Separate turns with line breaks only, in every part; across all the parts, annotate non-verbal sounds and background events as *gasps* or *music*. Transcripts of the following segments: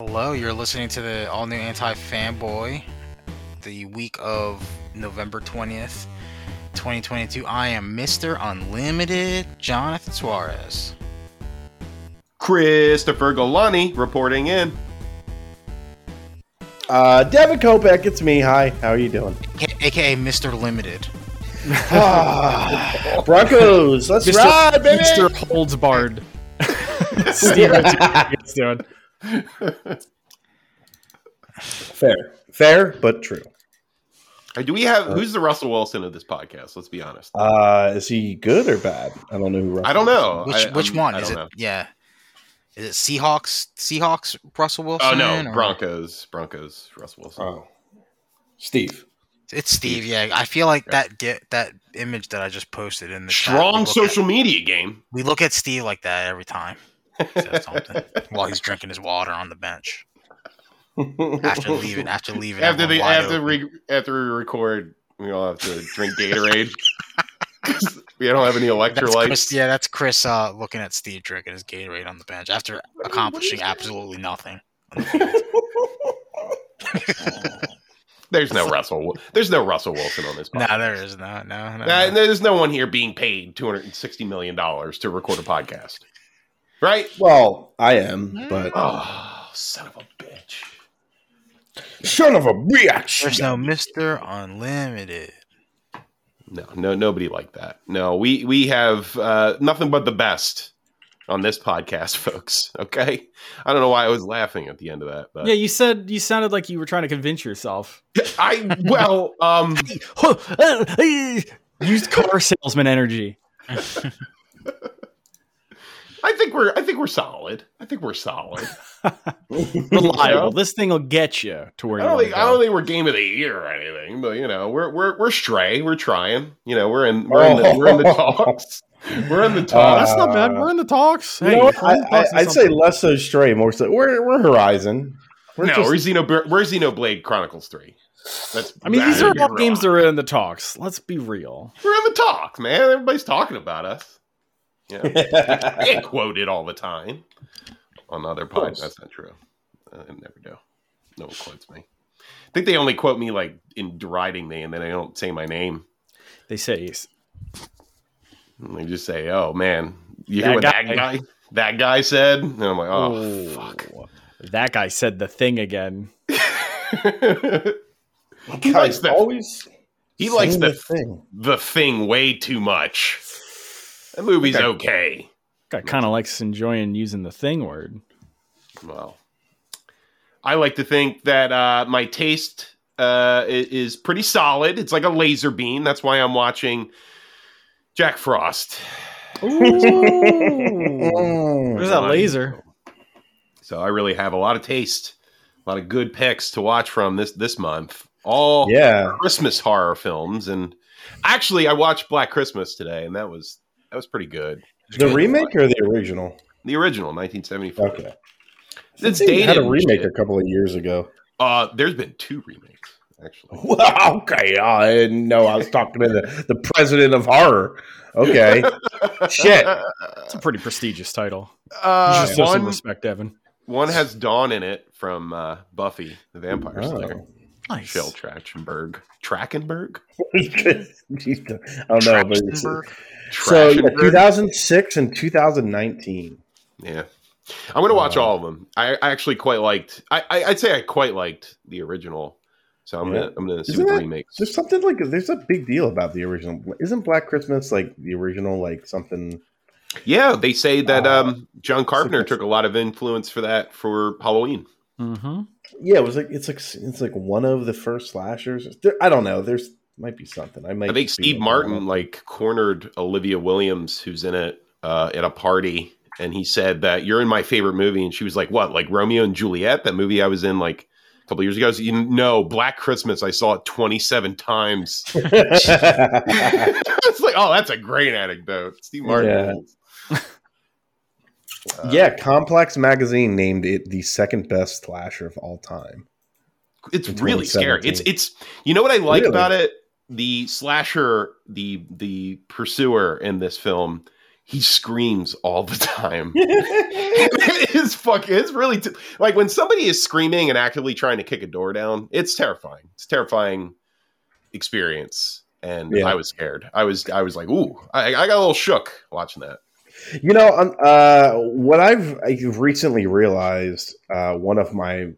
Hello, you're listening to the all new Anti Fanboy, the week of November 20th, 2022. I am Mr. Unlimited, Jonathan Suarez.
Christopher Golani reporting in.
Uh, Devin Kopeck, it's me. Hi, how are
*laughs*
you doing? *laughs*
A- AKA Mr. Limited.
Ah, Broncos, let's ride, baby.
Mr. Holds *laughs* barred. Steve, what you guys doing?
Fair, fair, but true.
Uh, Do we have who's the Russell Wilson of this podcast? Let's be honest.
Uh, is he good or bad? I don't know. Who Russell
I don't know.
Which
Oh, I-
which
I'm-
one?
I
Is it
don't know.
yeah. Is it Seahawks Seahawks Russell Wilson?
Oh no,
or-
Broncos, Broncos, Russell
is.
Wilson.
Oh, Steve.
It's Steve, yeah. I feel like that get that image that I just posted in the chat, we
Strong
look at-
social media
*laughs*
game.
we look at Steve like that every time. He says
*laughs*
something while he's drinking his water on the bench. *laughs* After
*laughs*
leaving after leaving
after
everyone
the
wide
after
open.
re, after we record, we all have to drink Gatorade. *laughs* 'Cause we don't have any
That's Chris,
electrolytes.
yeah, that's Chris uh, looking at Steve drinking his Gatorade on the bench after accomplishing absolutely nothing.
There's *laughs* no Russell. There's no Russell Wilson on this
No,
podcast.
there is no, no, no.
Uh,
no.
there's no one here being paid two hundred and sixty million dollars to record a podcast, right?
Well, I am, but
Oh, son of a bitch!
son of a bitch.
There's no Mister Unlimited.
No, no, nobody like that. No, we we have uh, nothing but the best on this podcast, *laughs* folks. Okay, I don't know why I was laughing at the end of that, but
Yeah, you said you sounded like you were trying to convince yourself.
*laughs* I well, um,
Used uh, car salesman energy.
I think we're I think we're solid. I think we're solid. *laughs*
Reliable. This thing will get you to where
I
you
don't
want
think I don't
to
think we're game of the year or anything, but you know, we're we're we're stray. We're trying. You know, we're in we're in the we're in the
Oh. *laughs*
talks. We're in the talks.
That's not bad. We're in the talks.
You
Hey,
know what?
we're
I,
in the talks
I, I'd
of
say
something.
less so stray, more so. We're, we're Horizon. We're
no,
just-
we're Xenoblade, we're Xenoblade Chronicles Three. That's
I mean, these are
that's-
all games that are in the talks. Let's be real.
we're in the talks, man. Everybody's talking about us. Yeah,
*laughs*
*laughs*
I get quoted all the time on other
course.
podcasts. That's not true. Uh, I never do. No one quotes me. I think they only quote me like in deriding me, and then they don't say my name.
They say
And they just say, "Oh man, you hear
That
what that
guy.
guy that guy said?" And I'm like, "Oh
Ooh.
fuck."
that guy said the thing again.
he likes
Guys,
the
always
*laughs* he likes
saying
the *laughs*
thing.
the thing way too much. That movie's okay.
Guy kind of likes enjoying using the thing word.
Well, I like to think that uh, my taste uh, i- is pretty solid. It's like a laser beam. That's why I'm watching Jack Frost.
Mm.
*laughs* There's that
Nice.
laser.
So I really have a lot of taste, a lot of good picks to watch from this this month. All
Yeah.
Christmas horror films, and actually, I watched Black Christmas today, and that was that was pretty good.
The remake or the original?
The original, 1974.
Okay.
It's
They
dated.
had a
and
remake a
shit.
couple of years ago. *laughs*
Uh, there's been two remakes actually.
Well, okay. uh, I didn't know I was talking to the, the president of horror. *laughs* Okay. Shit.
It's a pretty prestigious title. You
Uh,
should show some
one,
respect, Evan.
one has Dawn in it from uh, Buffy the Vampire
*laughs*
Slayer.
Oh.
Nice.
Shell Trachtenberg. Trachtenberg?
Jeez, I don't know. But it's,
Trachtenberg.
so, yeah,
Trachtenberg?
2006 and 2019.
Yeah. I'm going to watch
Wow.
all of them. I, I actually quite liked, I, I, I'd say I quite liked the original. So I'm
Yeah.
going to I'm gonna see
Isn't
what the
that-
remakes.
There's something like there's a big deal about the original. Isn't Black Christmas like the original, like something?
Yeah, they say that
Uh,
um, John Carpenter took a lot of influence for that for Halloween.
Mm-hmm.
Yeah, it was like it's like it's like one of the first slashers. There, I don't know. There's might be something. I might.
I think
just be
Steve
making
Martin
that *laughs* up.
like cornered Olivia Williams, who's in it uh, at a party, and he said that you're in my favorite movie, and she was like, "What? Like Romeo and Juliet? That movie I was in like a couple years ago?" I said, "You know, Black Christmas. I saw it 27 times." *laughs*
*laughs*
it's like, oh, that's a great anecdote, Steve Martin.
Yeah.
rules. Uh,
yeah, Complex magazine named it the second best slasher of all time.
it's
In
really scary. It's
2017.
it's you know what I like
Really?
about it? The slasher, the the
*laughs*
pursuer in this film, he screams all the time. it is fuck. *laughs* It's really t- like when somebody is screaming and actively trying to kick a door down. It's terrifying. It's a terrifying experience, and
Yeah.
I was scared. I was I was like, ooh, I, I got a little shook watching that.
You know, um, uh, what I've, I've recently realized uh, one of my,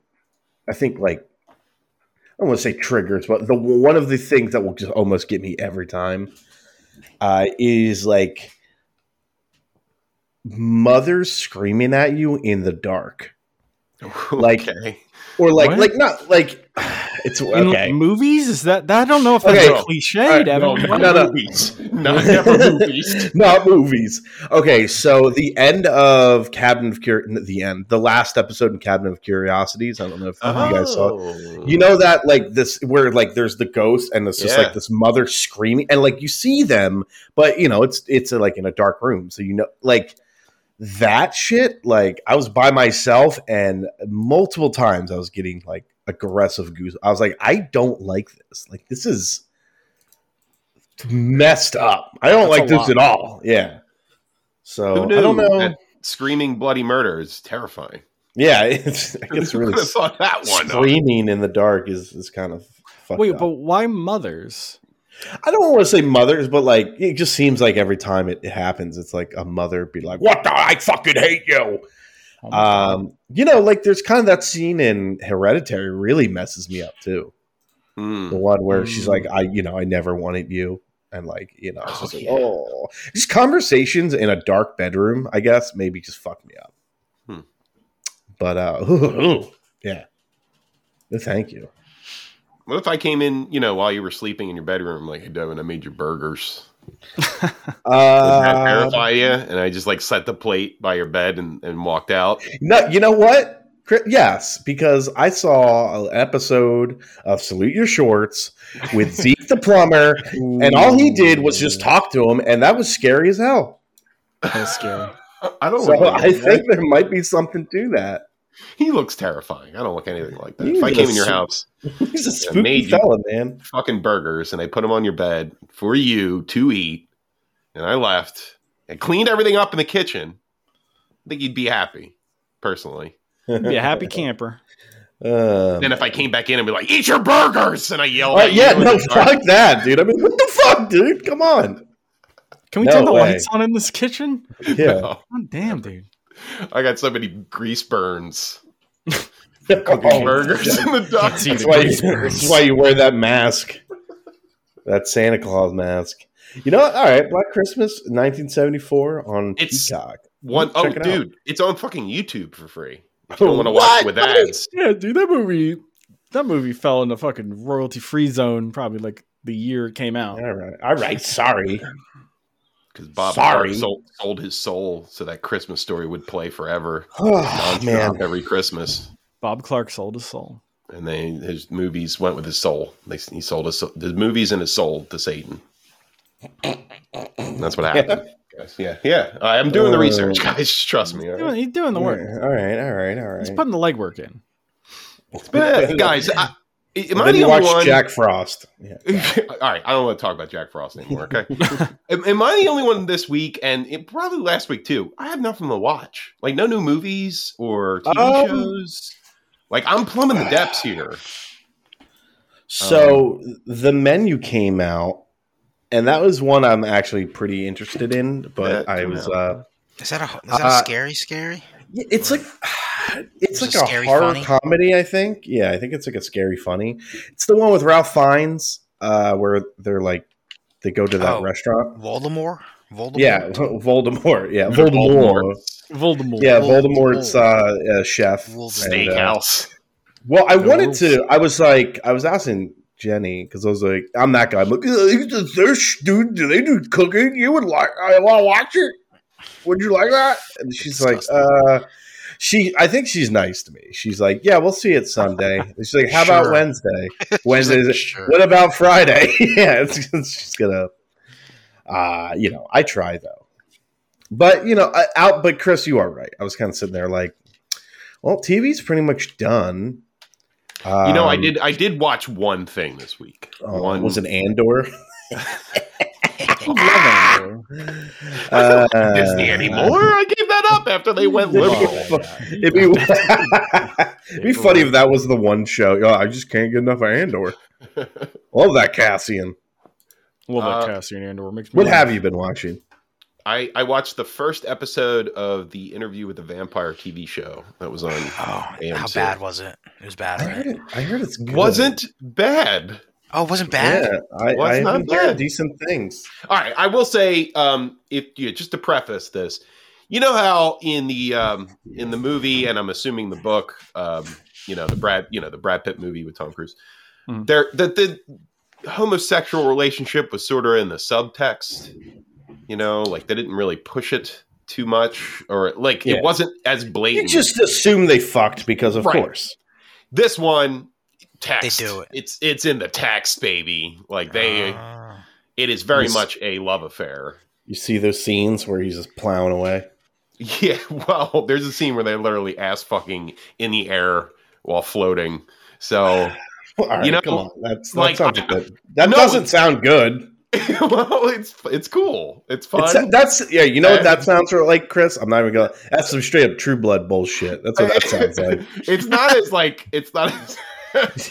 I think like, I don't want to say triggers, but the one of the things that will just almost get me every time uh, is like mothers screaming at you in the dark, Like-
okay.
or like
What?
like not like *sighs* it's
In
okay.
movies? Is that, that? I don't know if that's
Okay.
a cliche,
All right,
Devin.
no, not
What-
no, no.
movies, *laughs* not never
*laughs*
movies.
Not movies. Okay, so the end of Cabinet of Cur- the end, the last episode in Cabinet of Curiosities. I don't know if you guys saw it.
Oh.
You know that like this where like there's the ghost and it's just
Yeah.
like this mother screaming and like you see them, but you know, it's it's uh, like in a dark room. So you know like that shit, like I was by myself and multiple times I was getting like aggressive goose. I was like, I don't like this. Like this is messed up. I don't
That's
like
a
this
lot.
at all. Yeah. So
Who
I
knew
don't know.
that screaming bloody murder is terrifying.
yeah, *laughs* it's I
*laughs*
guess
Who
really
would've thought that
*laughs*
one. up?
screaming in the dark is is kind of fucked
Wait,
up.
but why mothers?
I don't want to say mothers, but like it just seems like every time it, it happens, it's like a mother be like, "What the? I fucking hate you."
Oh my God.
Um, you know, like there's kind of that scene in Hereditary really messes me up too. The
Mm.
one where she's
Mm.
like, "I, you know, I never wanted you," and like, you know, it's
Oh,
just like,
yeah.
oh, just conversations in a dark bedroom. I guess maybe just fuck me up.
Hmm.
But uh, *laughs* yeah, No, thank you.
What if I came in, you know, while you were sleeping in your bedroom, like, hey, Devin, I made your burgers. Doesn't that
Uh,
terrify you? And I just like set the plate by your bed and, and walked
*laughs*
out.
No, you know what? Cri- Yes, because I saw an episode of Salute Your Shorts
*laughs*
with Zeke the plumber, and all he did was just talk to him, and that was scary as hell.
That's scary.
*laughs* I don't
So
look
I
anything like
think there might be something to that.
he looks terrifying. I don't look anything like that.
He's
If I came
a
in your
su-
house,
He's a
made
spooky
you-
fella, man.
fucking burgers, and I put them on your bed for you to eat, and I left and cleaned everything up in the kitchen, I think you'd be happy, personally.
Be
*laughs*
a happy camper.
Um,
Then if I came back in and be like, eat your burgers, and I yelled
uh,
at
yeah,
you in
no,
the dark.
fuck that, dude. I mean, what the fuck, dude? Come on.
Can we
No
turn the
way.
lights on in this kitchen?
Yeah.
God damn, dude.
"Oh, I got so many grease burns.
*laughs* Oh,
burgers in the dark.
That's
That's why, you, *laughs* that's why you wear that mask. That Santa Claus mask. You know what? All right. Black Christmas 1974 on
It's-
Peacock.
One, oh,
Check it out.
dude, it's on fucking YouTube for free. If you don't want to watch
What?
it with ads.
Yeah, dude, that movie that movie fell in the fucking royalty free zone probably like the year it came out.
All right. All
*sighs*
right. Sorry. *sighs*
Because Bob
Sorry.
Clark sold, sold his soul so that Christmas story would play forever,
Oh,
nonstop,
man.
every Christmas.
Bob Clark sold his soul.
And they his movies went with his soul. They, he sold his the movies and his soul to Satan. And that's what happened. guys. Yeah, yeah. I- I'm doing the
Uh,
research, guys. Trust me. all
He's
right?
doing, he's doing the
All
work.
right. All right. All right.
He's putting the legwork in.
But, guys, I, am I
then
the only
you watch
one? *laughs*
Jack Frost. Yeah.
All right, I don't want to talk about Jack Frost anymore.
*laughs*
Okay, am, am I the only one this week, and it, probably last week too? I have nothing to watch, like no new movies or TV
Um,
shows. Like I'm plumbing the depths here.
So the menu came out, and that was one I'm actually pretty interested in, but
That
I
came
was.
out.
Uh,
is that a is that
uh,
a scary scary?
Yeah, it's like *sighs* it's
Is it
like a
scary
horror
funny?
comedy. I think. Yeah, I think it's like a scary funny. It's the one with Ralph Fiennes, uh, where they're like they go to that
Oh.
restaurant.
Voldemort. Voldemort.
Yeah, *laughs* Voldemort. Yeah, Voldemort.
Voldemort.
Yeah,
Voldemort.
Voldemort's uh, uh, chef.
Voldemort.
And, uh,
Steakhouse.
well, I
The
wanted
wolf.
to. I was like, I was asking Jenny because I was like, I'm that guy. I'm like, "Ugh, he's a- they're sh- dude, do they do cooking? You would like? I want to watch it. Would you like that? And she's like, uh, she. I think she's nice to me. She's like, yeah, we'll see it Sunday. And she's like, how about
Sure.
Wednesday?
*laughs* She's
Wednesday.
like, sure.
What about Friday? *laughs* yeah, it's, it's- she's gonna. Uh, you know, I try though, but you know, I, out. But Chris, you are right. I was kind of sitting there like, well, TV's pretty much done.
You know, I
Um,
did. I did watch one thing this week.
oh,
One
was an Andor. *laughs*
I love Andor.
I
Uh,
don't like Disney anymore. I gave that up after they went liberal.
It'd be, *laughs* it'd be funny if that was the one show. Oh, I just can't get enough of Andor. Love that Cassian.
Well,
Uh,
that Cassian Andor makes me.
What have you been watching?
*laughs* I, I watched the first episode of the Interview with the Vampire TV show that was
*sighs*
on.
Oh, how
AMC.
bad was it? It was bad,
I heard,
right?
it, I heard it's good.
Wasn't bad.
Oh, it wasn't bad.
Yeah, I,
Well, it's
I
not
haven't heard
bad.
decent things.
All right, I will say, um, if you just to preface this, you know how in the um, in the movie, and I'm assuming the book, um, you know the Brad, you know the Brad Pitt movie with Tom Cruise,
Hmm.
Mhm.
there that the homosexual relationship was sort of in the subtext. You know, like they didn't really push it too much, or like
Yeah.
it wasn't as
You
blatant.
just assume they fucked because, of
Right.
course.
this one text
They do it.
It's it's in the text, baby. Like they,
Ah.
it is very
Yes.
much a love affair.
You see those scenes where he's just plowing away. *laughs*
Yeah, *laughs* well, there's a scene where they're literally ass fucking in the air while floating. So, *laughs*
All right,
know,
come on. That's, that
like,
sounds
I-
good. That
No,
doesn't
it's-
sound good.
well, it's it's cool. It's fun.
It's, that's yeah. You know what
That-
that sounds sort of like, Chris? I'm not even gonna. That's some straight up True Blood bullshit. That's what that sounds like.
*laughs* it's not as like it's not
*laughs*
as
it's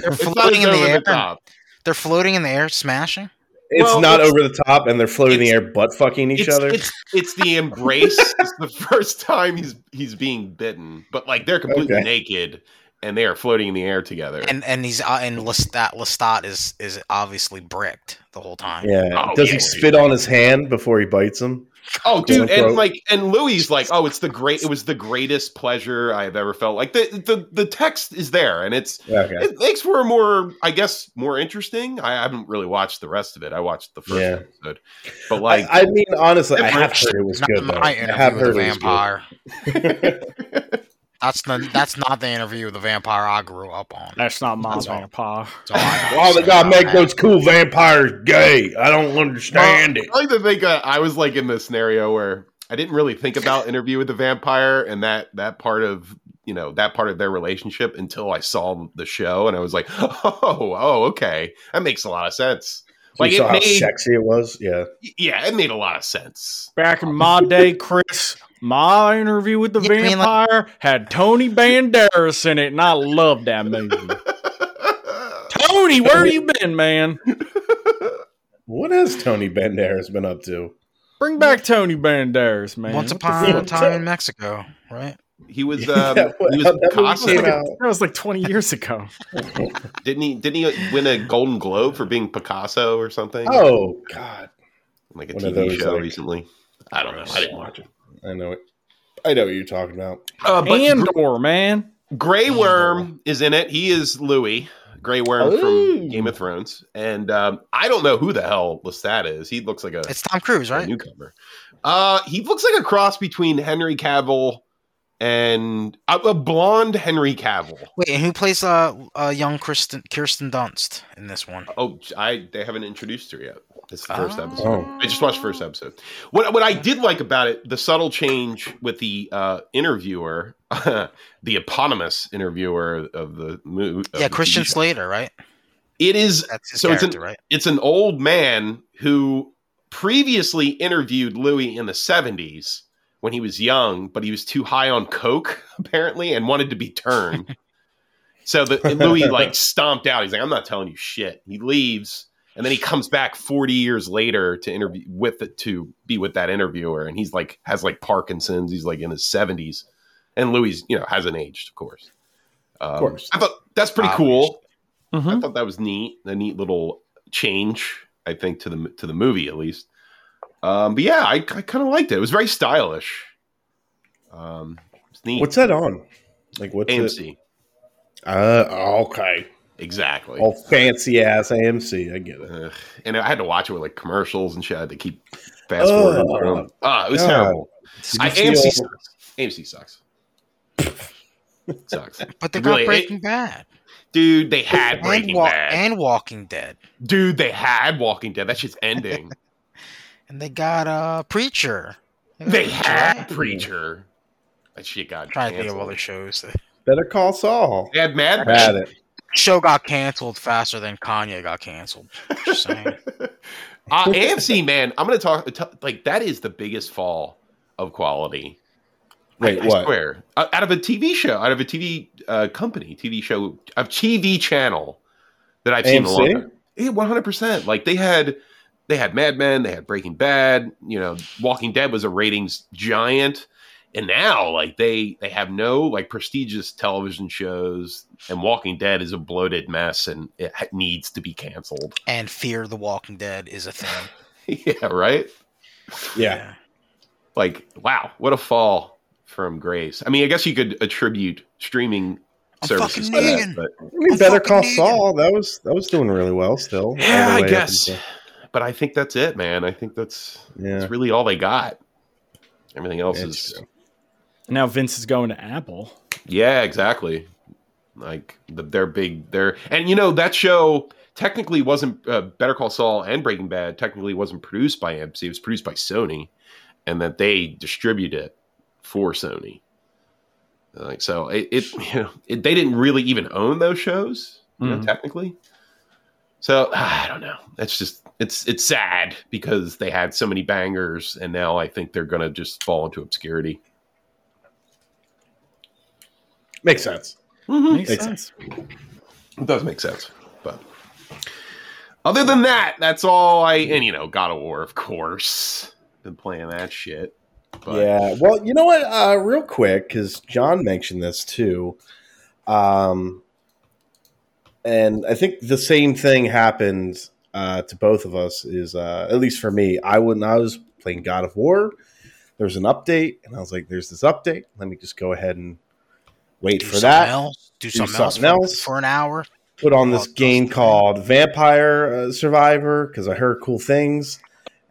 They're
it's not
floating
as
in the
over
air.
the top.
They're floating in the air, smashing.
Well,
not
it's-
over the top, and they're floating in the air, butt fucking each
it's,
other.
It's, it's the
*laughs*
embrace. it's the first time he's he's being bitten, but like they're completely
Okay.
naked and they are floating in the air together.
And and he's uh, and Lestat Lestat is is obviously bricked the whole time.
yeah.
Oh,
Does
yeah.
he spit on his hand before he bites him?
oh, dude,
quote, unquote.
and like and Louis like, oh, it's the great. It was the greatest pleasure I have ever felt. Like the the the text is there, and it's
Okay.
it makes for a more, I guess, more interesting. I haven't really watched the rest of it. I watched the first
Yeah.
episode, but like,
I, I mean, honestly, I have
It's
heard it was
not
good.
my
Though. I have
interview with
heard
the
it was good.
vampire.
*laughs*
That's the that's not the interview with the vampire I grew up on.
That's not my
That's all.
vampire.
So
*laughs*
I-
Why they gotta make those cool vampires gay? I don't understand it.
I like to think uh, I was like in the scenario where I didn't really think
*laughs*
about Interview with the Vampire and that that part of you know that part of their relationship until I saw the show and I was like, oh, oh, okay, that makes a lot of sense. Like
you saw
it
how
made,
sexy it was. Yeah.
yeah, it made a lot of sense. *laughs*
Back in my day, Chris, my interview with the
Yeah, I mean,
vampire
like-
had Tony Banderas in it, and I loved that movie. Tony, where you been, man?
What has Tony Banderas been up to?
Bring back Tony Banderas, man.
Once
What the
upon a
fuck?
time in Mexico, right?
he
*laughs*
was, um,
That-
he was
that movie came
Picasso.
out-
that was like 20
*laughs*
years ago.
Didn't he? Didn't he win a Golden Globe for being Picasso or something?
Oh God,
like a
One of
TV
those,
show
like-
recently. I don't know. I didn't watch it.
I know it. I know what you're talking about.
Uh, but Gr-
Andor, man.
Grey Worm is in it. He is Louis Grey Worm
Ooh.
from Game of Thrones, and um, I don't know who the hell Lestat is. He looks like a,
It's Tom Cruise,
a
right?
newcomer. Uh, he looks like a cross between Henry Cavill and a, a blonde Henry Cavill.
Wait, and who plays uh, uh young Kristen Kirsten Dunst in this one?
Oh, I they haven't introduced her yet. It's the first
Oh.
episode. I just watched the first episode. What what I did like about it, the subtle change with the uh, interviewer, *laughs* the eponymous interviewer of the movie.
Yeah, Christian Slater, right?
It is
That's his
So it's
character,
an-
right?
it's an old man who previously interviewed Louis in the 70s when he was young, but he was too high on coke *laughs* apparently and wanted to be turned. so the and Louis like stomped out. He's like, "I'm not telling you shit." He leaves, and then he comes back 40 years later to interview with it to be with that interviewer, and he's like has like Parkinson's. He's like in his 70s, and Louis, you know, hasn't aged, of course. Um,
course.
I thought that's pretty cool.
Mm-hmm.
Mhm.
I thought that was neat, a neat little change, I think, to the to the movie at least. Um, but yeah, I, I kind of liked it. It was very stylish. Um, it's neat.
What's that on? Like what's it?
AMC?
Uh, okay.
Exactly.
All fancy ass AMC. I get it.
Ugh. and I had to watch it with like commercials and shit. I had to keep fast
Ugh.
forwarding. Ah, it was
Oh, God.
terrible. I,
you
AMC
feel-
sucks. AMC sucks. sucks,
But they got
really, it-
Breaking Bad
dude. They
*laughs*
had
and,
Breaking
wa-
Bad.
and Walking Dead,
dude, they had Walking Dead. That shit's ending.
and they got uh Preacher. got
they
Preacher,
had
right?
Preacher. That shit got
trying to think of
canceled.
other shows.
Better call Saul.
They had Mad
Had
Men.
it.
show got canceled faster than Kanye got canceled. Just
*laughs*
saying.
Uh, AMC, man, I'm going to talk, t- like, that is the biggest fall of quality.
Wait,
I, I
what?
swear. Uh, Out of a TV show, out of a TV uh, company, TV show, a TV channel that I've seen in a long
AMC?
time. Yeah, one hundred percent. Like they had, they had Mad Men, they had Breaking Bad. You know, Walking Dead was a ratings giant, and now like they they have no like prestigious television shows, and Walking Dead is a bloated mess, and it ha- needs to be canceled. *laughs*
And Fear the Walking Dead is a thing.
yeah, right.
Yeah.
like wow what a fall from grace i mean i guess you could attribute streaming
I'm
services to
fucking
that,
Negan.
I
but,
mean,
I'm
Better
fucking
Call
vegan.
Saul. That was that was doing really well still.
Yeah,
all the
I
way up
guess.
until-
but i think that's it man i think that's
yeah.
that's really all they got everything else
It's
is
true.
Now Vince is going to Apple.
yeah exactly like the, they're big they're and you know that show technically wasn't uh, better call saul and breaking bad technically wasn't produced by mc it was produced by sony and that they distribute it for sony like so it, it *laughs* you know it, they didn't really even own those shows you know,
Mhm.
technically so *sighs* i don't know it's just it's it's sad because they had so many bangers and now i think they're gonna just fall into obscurity
Makes sense.
Hmm.
Makes
Makes
sense.
It does make sense. But other than that, that's all I and you know, God of War, of course. Been playing that shit. But
Yeah. Well, you know what? Uh, real quick, because John mentioned this too, um, and I think the same thing happened uh, to both of us. Is uh, at least for me, I when I was playing God of War, there was an update, and I was like, "There's this update. Let me just go ahead and wait
Do
for
something
that."
else. Do,
do
something,
something
else, for-
else.
for an hour.
put on this
Oh,
game
Dustin.
called Vampire uh, Survivor because I heard cool things.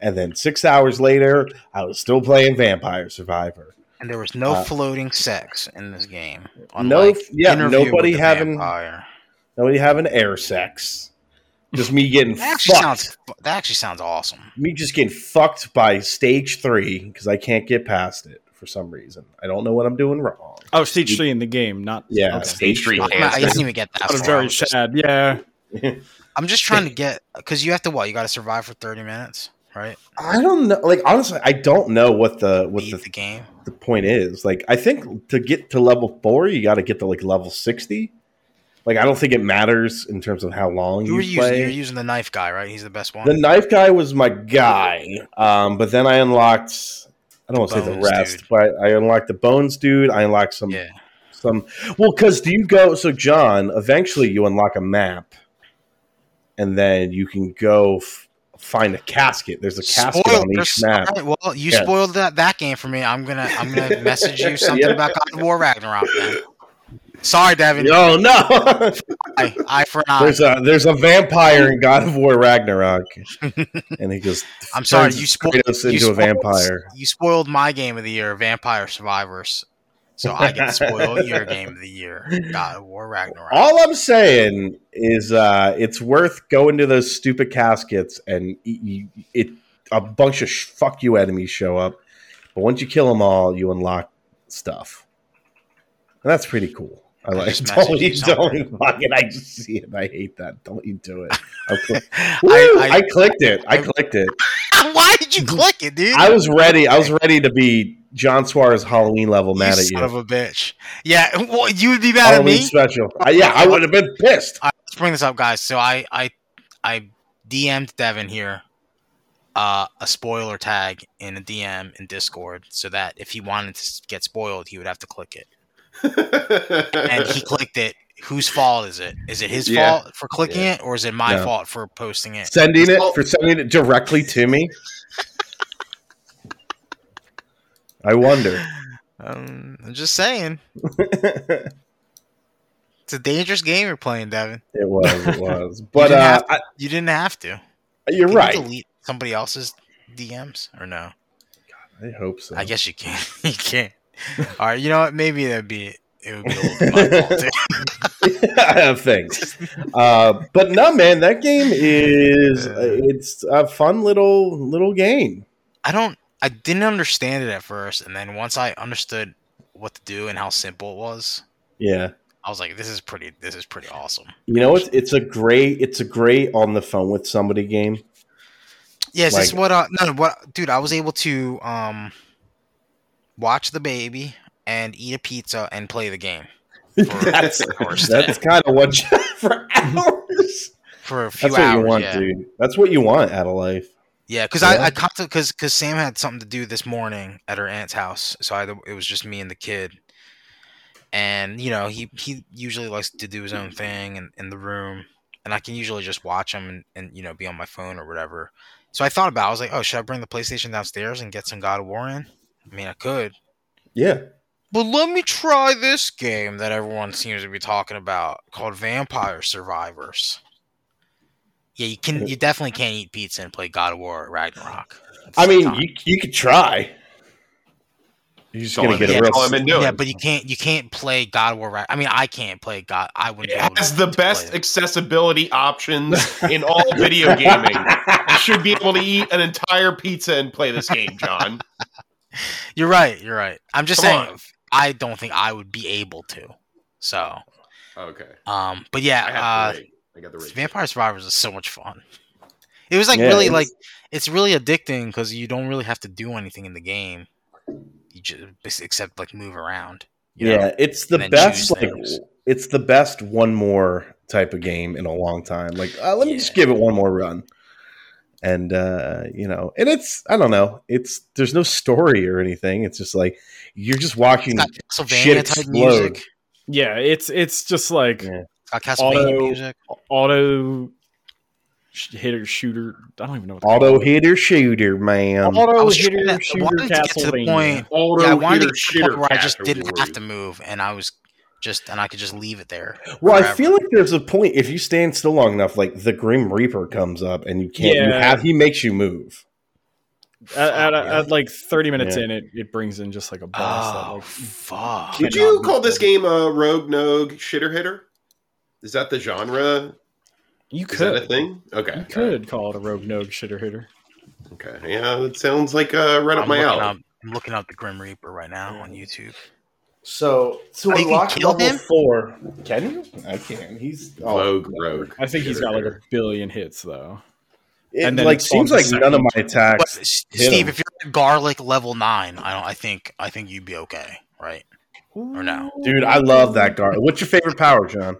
And then six hours later, I was still playing Vampire Survivor.
And there was no
Uh,
floating sex in this game.
no-
unlike
yeah,
Interview with
nobody
the
having-
Vampire.
Nobody having air sex. Just me getting
That actually
fucked.
sounds. That actually sounds awesome.
me just getting fucked by stage three because I can't get past it for some reason. I don't know what I'm doing wrong.
Oh, stage three in the game, not
Yeah.
okay.
Stage three
I,
hands.
I didn't even get that.
That was
far. I
very
was just-
sad. Yeah.
I'm just trying to get because you have to what? You got to survive for 30 minutes, right?
I don't know. Like honestly, I don't know what the what
Beat
the,
the, game.
the point is. Like I think to get to level four, you got to get to like level sixty. Like I don't think it matters in terms of how long
You
you,
were using,
play.
you're using the knife guy, right? He's the best one.
The knife guy was my guy, um, but then I unlocked. I don't want to say the
Bones
rest,
dude.
but I unlocked the bones dude. I unlocked some
yeah,
some. Well, because do you go? So John, eventually you unlock a map, and then you can go f- find a casket. There's a casket
Spoil-
on each
there's-
map.
all right, well, you
Yeah.
spoiled that, that game for me. I'm gonna I'm
*laughs*
gonna message you something
Yeah.
about God of War Ragnarok. Man. Sorry, Devin.
Oh no! *laughs*
Eye, eye for an eye.
there's a there's a vampire in God of
*laughs*
War Ragnarok, and he just
I'm sorry,
turns
you spoiled
Kratos
you
into a
spoiled-
vampire.
You spoiled my game of the year, Vampire Survivors. So I get to
*laughs*
spoil your game of the year, God of War Ragnarok.
All I'm saying is, uh, it's worth going to those stupid caskets and y- y- it a bunch of sh- fuck you enemies show up, but once you kill them all, you unlock stuff, and that's pretty cool. I
I
like. *laughs*
just messaged
Don't
you
you
something.
don't fucking. I just see it. I hate that. Don't you
*laughs*
do it. I, cl- Woo! I,
I,
clicked it. I
I-
clicked it.
I, *laughs* why did you click it, dude?
I
*laughs*
was ready. I was ready to be John Suarez Halloween level
you
mad at
son
you.
of a bitch. Yeah, well, you would be mad at
Halloween
me.
special. I- yeah, I would have been
*laughs*
pissed.
let's bring this up, guys. So I I I DM'd Devin here uh, a spoiler tag in a DM in Discord, so that if he wanted to s- get spoiled, he would have to click it. And he clicked it. Whose fault is it? Is it his
Yeah.
fault for clicking it, or is it my
Yeah.
fault for posting it?
Sending it
Oh.
for sending it directly
*laughs*
to me. I wonder.
Um, I'm just
*laughs*
saying,
it
it's a dangerous game you're playing, Devin.
was. It was. But
didn't
uh,
have
I,
You didn't have to.
you're
Can
right.
You delete somebody else's DMs or no?
I hope so.
I guess you can. you can't. *laughs* All right. You know what? Maybe that'd be it would be a little bit my fault.
*laughs*
too.
Thanks. Uh, but no, man, that game
*laughs*
is it's a fun little little game.
I don't. I didn't understand it at first, and then once I understood what to do and how simple it was,
Yeah.
I was like, "This is pretty. This is pretty awesome."
You know, it's it's a great it's a great on the phone with
*laughs*
somebody game.
Yes, this
Like-
what. Uh, no, what, dude. I was able to. Um, watch the baby and eat a pizza and play the
*laughs*
game for,
that's
hours.
that's kind of what you, *laughs* for hours.
for a few
That's what
hours.
you want,
yeah.
dude. That's what you want out of life.
Yeah, because
Yeah.
I, I caught because because Sam had something to do this morning at her aunt's house, so I, it was just me and the kid. And you know he he usually likes to do his own thing in, in the room, and I can usually just watch him and, and you know be on my phone or whatever. So I thought about it. I was like, oh, should I bring the PlayStation downstairs and get some God of War in? I mean, I could,
Yeah.
but let me try this game that everyone seems to be talking about called Vampire Survivors. Yeah, you can you definitely can't eat pizza and play God of War or Ragnarok. at the
I
same
mean,
time.
you you could try. You're just gonna
Solid.
get
Yeah,
a real.
all I've been doing.
Yeah, but you can't you can't play God of War. Ra- I mean, I can't play God. I wouldn't.
*laughs* It
be able to-
has *laughs* the
to
best
play it.
accessibility options *laughs* in all video gaming. You should be able to eat an entire pizza and play this game, John.
You're right. You're right. I'm just
Come
saying. I don't think I would be able to. So,
Okay.
um, but yeah,
I
uh,
have the rate. I got the rate.
Vampire Survivors is so much fun. It was like
Yeah,
really
it's-
like it's really addicting because you don't really have to do anything in the game, you just except like move around. you know?
yeah, it's the
then
best.
choose
Like,
things.
it's the best one more type of game in a long time. Like, uh, let me
Yeah.
just give it one more run. And uh, you know, and it's I don't know. It's there's no story or anything. It's just like you're just watching.
It's got
shit
Castlevania type
explode.
music. It's
Yeah, it's it's just like
Yeah.
got Castlevania
Auto-
music.
auto sh- hitter shooter. I don't even know what they're
Auto
called.
hitter shooter, man.
I
auto
was trying
hitter
to- I
shooter
wanted to get to the
Castlevania.
point
Auto
yeah, I wanted to
hitter
get to the point
shitter
where I just
caster
didn't
warrior.
have to move, and I was just and I could just leave it there.
Well, I
forever.
feel like there's a point if you stand still long enough, like the Grim Reaper comes up and you can't. You
Yeah.
have he makes you move.
At, at,
Fuck,
at, like 30 minutes
Yeah.
in, it, it brings in just like a boss. that,
Oh
like,
fuck!
Did you call this game a rogue nogue shitter hitter? Is that the genre?
you
Is that
could
a thing? Okay.
you could call it a rogue nogue shitter hitter.
Okay. Yeah, it sounds like uh, right up
I'm
my
looking
alley.
up, I'm looking up the Grim Reaper right now on YouTube.
So to
Oh, you can unlock kill level him?
four, can you? I can. He's oh,
Vogue rogue.
Oh, I think he's
shitter
got like a
hitter.
billion hits though.
It
And then
like
it's on
seems
the
like none of
second.
my
But
attacks.
S-
hit
Steve,
him.
if you're at garlic level nine, I don't. I think I think you'd be okay, right? Or no?
Dude, I love that garlic. What's your favorite power, John?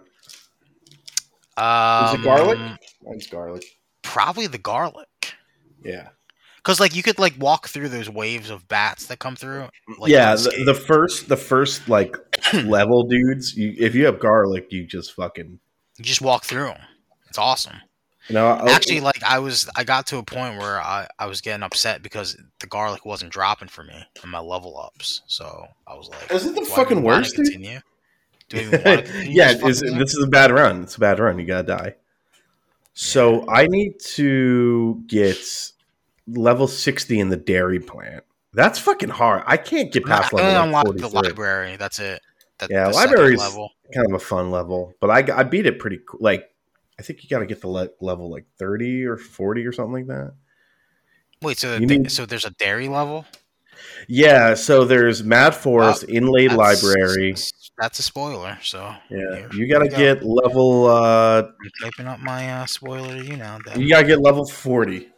Um,
garlic? Mine's garlic.
Probably the garlic.
Yeah.
Because like you could like walk through those waves of bats that come through. Like,
yeah, the,
unscathed.
the first the first like *clears throat* level dudes, you, if you have garlic, you just fucking
you just walk through 'em. It's awesome.
you know I-
Actually, like I was, I got to a point where I, I was getting upset because the garlic wasn't dropping for me in my level ups. So I was like,
Isn't the
do I even
fucking
wanna
worst, dude?
Continue? Do I even
*laughs*
wanna continue
yeah,
this
is,
fucking *laughs*
this is a bad run. It's a bad run. You gotta die. So I need to get level sixty in the dairy plant. That's fucking hard. I can't get
thing? I
past
only
level like
unlocked the
43.
library. That's it. That,
Yeah,
the second
library's-
level.
Kind of a fun level, but I, I beat it pretty. qu- Like I think you gotta get the le- level like thirty or forty or something like that.
Wait, so
you
the,
need-
so there's a dairy level?
Yeah. So there's Mad Forest Inlay
That's-
Library.
That's a spoiler. So
Yeah,
here
you gotta
we go.
get level. uh
I'm typing up my uh, spoiler. You know that.
You gotta get level forty.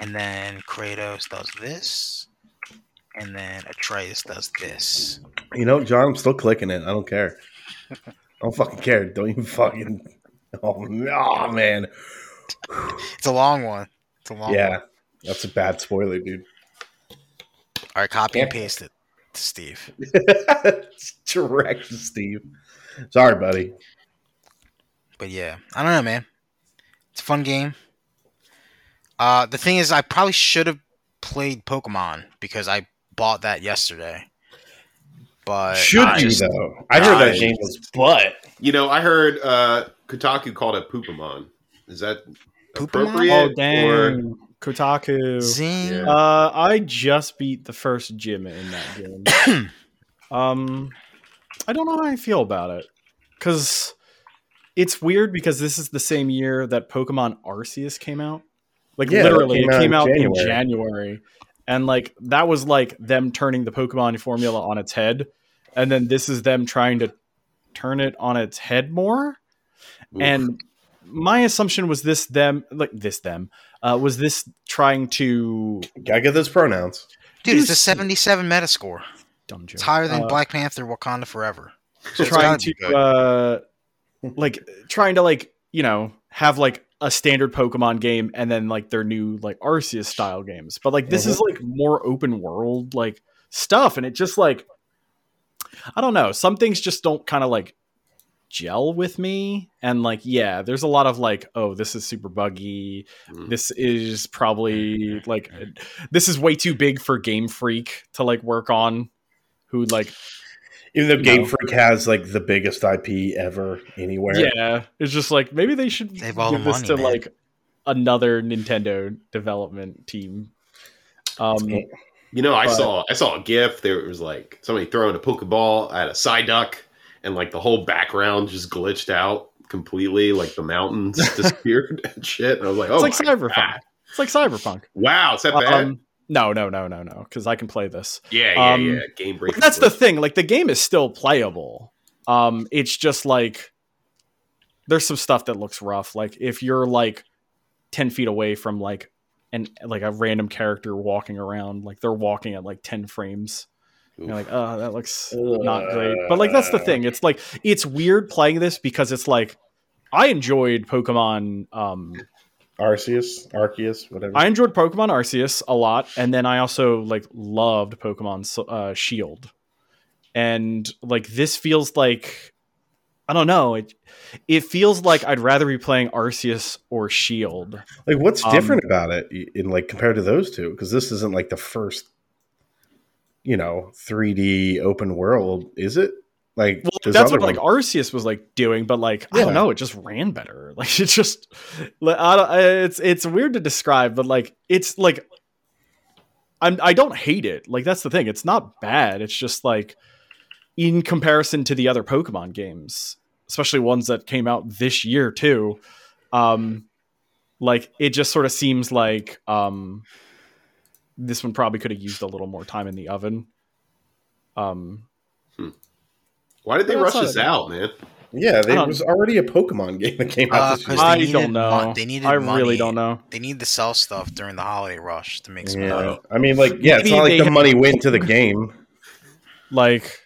And then Kratos does this, and then Atreus does this.
You know, John, I'm still clicking it. I don't care. I don't fucking care. Don't you fucking. Oh, no, man.
It's a long one. It's a long one.
Yeah. That's a bad spoiler, dude. *laughs*
All right, copy and
Yeah.
paste it to Steve.
Direct to Steve. Sorry, buddy.
But yeah, I don't know, man. It's a fun game. Uh, the thing is, I probably should have played Pokemon because I bought that yesterday. But
Should
I
you,
just-
though? I heard that
I-
game was butt.
You know, I heard uh, Kotaku called it Poopamon. Is that
Poopamon?
appropriate?
Oh dang, Kotaku.
Zing.
Yeah.
Uh, I just beat the first gym in that game.
*coughs*
um, I don't know how I feel about it because it's weird because this is the same year that Pokemon Arceus came out. Like
Yeah, that
literally,
came
it
out
came
in
out
January.
in January, and like that was like them turning the Pokemon formula on its head, and then this is them trying to turn it on its head more
Oof.
and my assumption was this them like this them uh, was this trying to
Gotta get those pronouns.
Dude, it's a
Who's-
77 Metascore.
Dumb joke.
It's higher than
Uh,
Black Panther Wakanda Forever. So it's
Oh, trying
gotta
to
be good.
uh like trying to like you know have like a standard pokemon game and then like their new like arceus style games but like this is like more open world like stuff and it just like i don't know some things just don't kind of like gel with me and like yeah there's a lot of like oh this is super buggy
Mm.
this is probably like this is way too big for game freak to like work on who like
Even though
No.
Game Freak has like the biggest IP ever anywhere.
Yeah, it's just like maybe they should
They have all
give
the
this
money,
to
man.
like another Nintendo development team. Um,
It's-
You know, I
But-
saw I saw a GIF. There was like somebody throwing a pokeball at a Psyduck, and like the whole background just glitched out completely. Like the
*laughs*
mountains disappeared and shit. And I was like, oh,
it's
my
like Cyberpunk.
God.
It's like Cyberpunk.
wow, is that bad?
Um, no, no, no, no, no, because I can play this.
yeah, yeah,
um,
yeah. Game break.
But that's the thing. Like the game is still playable. Um, it's just like there's some stuff that looks rough. Like if you're like ten feet away from like an like a random character walking around, like they're walking at like ten frames.
Oof.
You're like, oh, that looks not great. But like that's the thing. It's like it's weird playing this because it's like I enjoyed Pokemon um
Arceus, Arceus, whatever.
I enjoyed Pokemon Arceus a lot, and then I also like loved Pokemon S- uh, Shield, and like this feels like I don't know it. It feels like I'd rather be playing Arceus or Shield.
like, what's
um,
different about it i- in like compared to those two? Because this isn't like the first, you know, 3D open world, is it? Like,
Well,
there's
that's
other
what like
ones.
Arceus was like doing, but like I
Yeah.
don't know, it just ran better. *laughs* Like it just, like, I don't, it's it's weird to describe, but like it's like I'm I don't hate it. Like that's the thing, it's not bad. It's just like in comparison to the other Pokemon games, especially ones that came out this year too. Um, like it just sort of seems like um, this one probably could have used a little more time in the oven. Um,
Why did they
But
rush
that's
this
not-
out, man?
yeah,
I
there
don't-
was already a Pokemon *laughs* game that came out
Uh,
this
'cause
year.
they
I
needed
don't know.
mon- they needed
I
money.
really don't know.
They need to sell stuff during the holiday rush to make some money.
Yeah, I mean, like, yeah, it's
Maybe
not
they
like the
have-
money went
*laughs*
to the game.
Like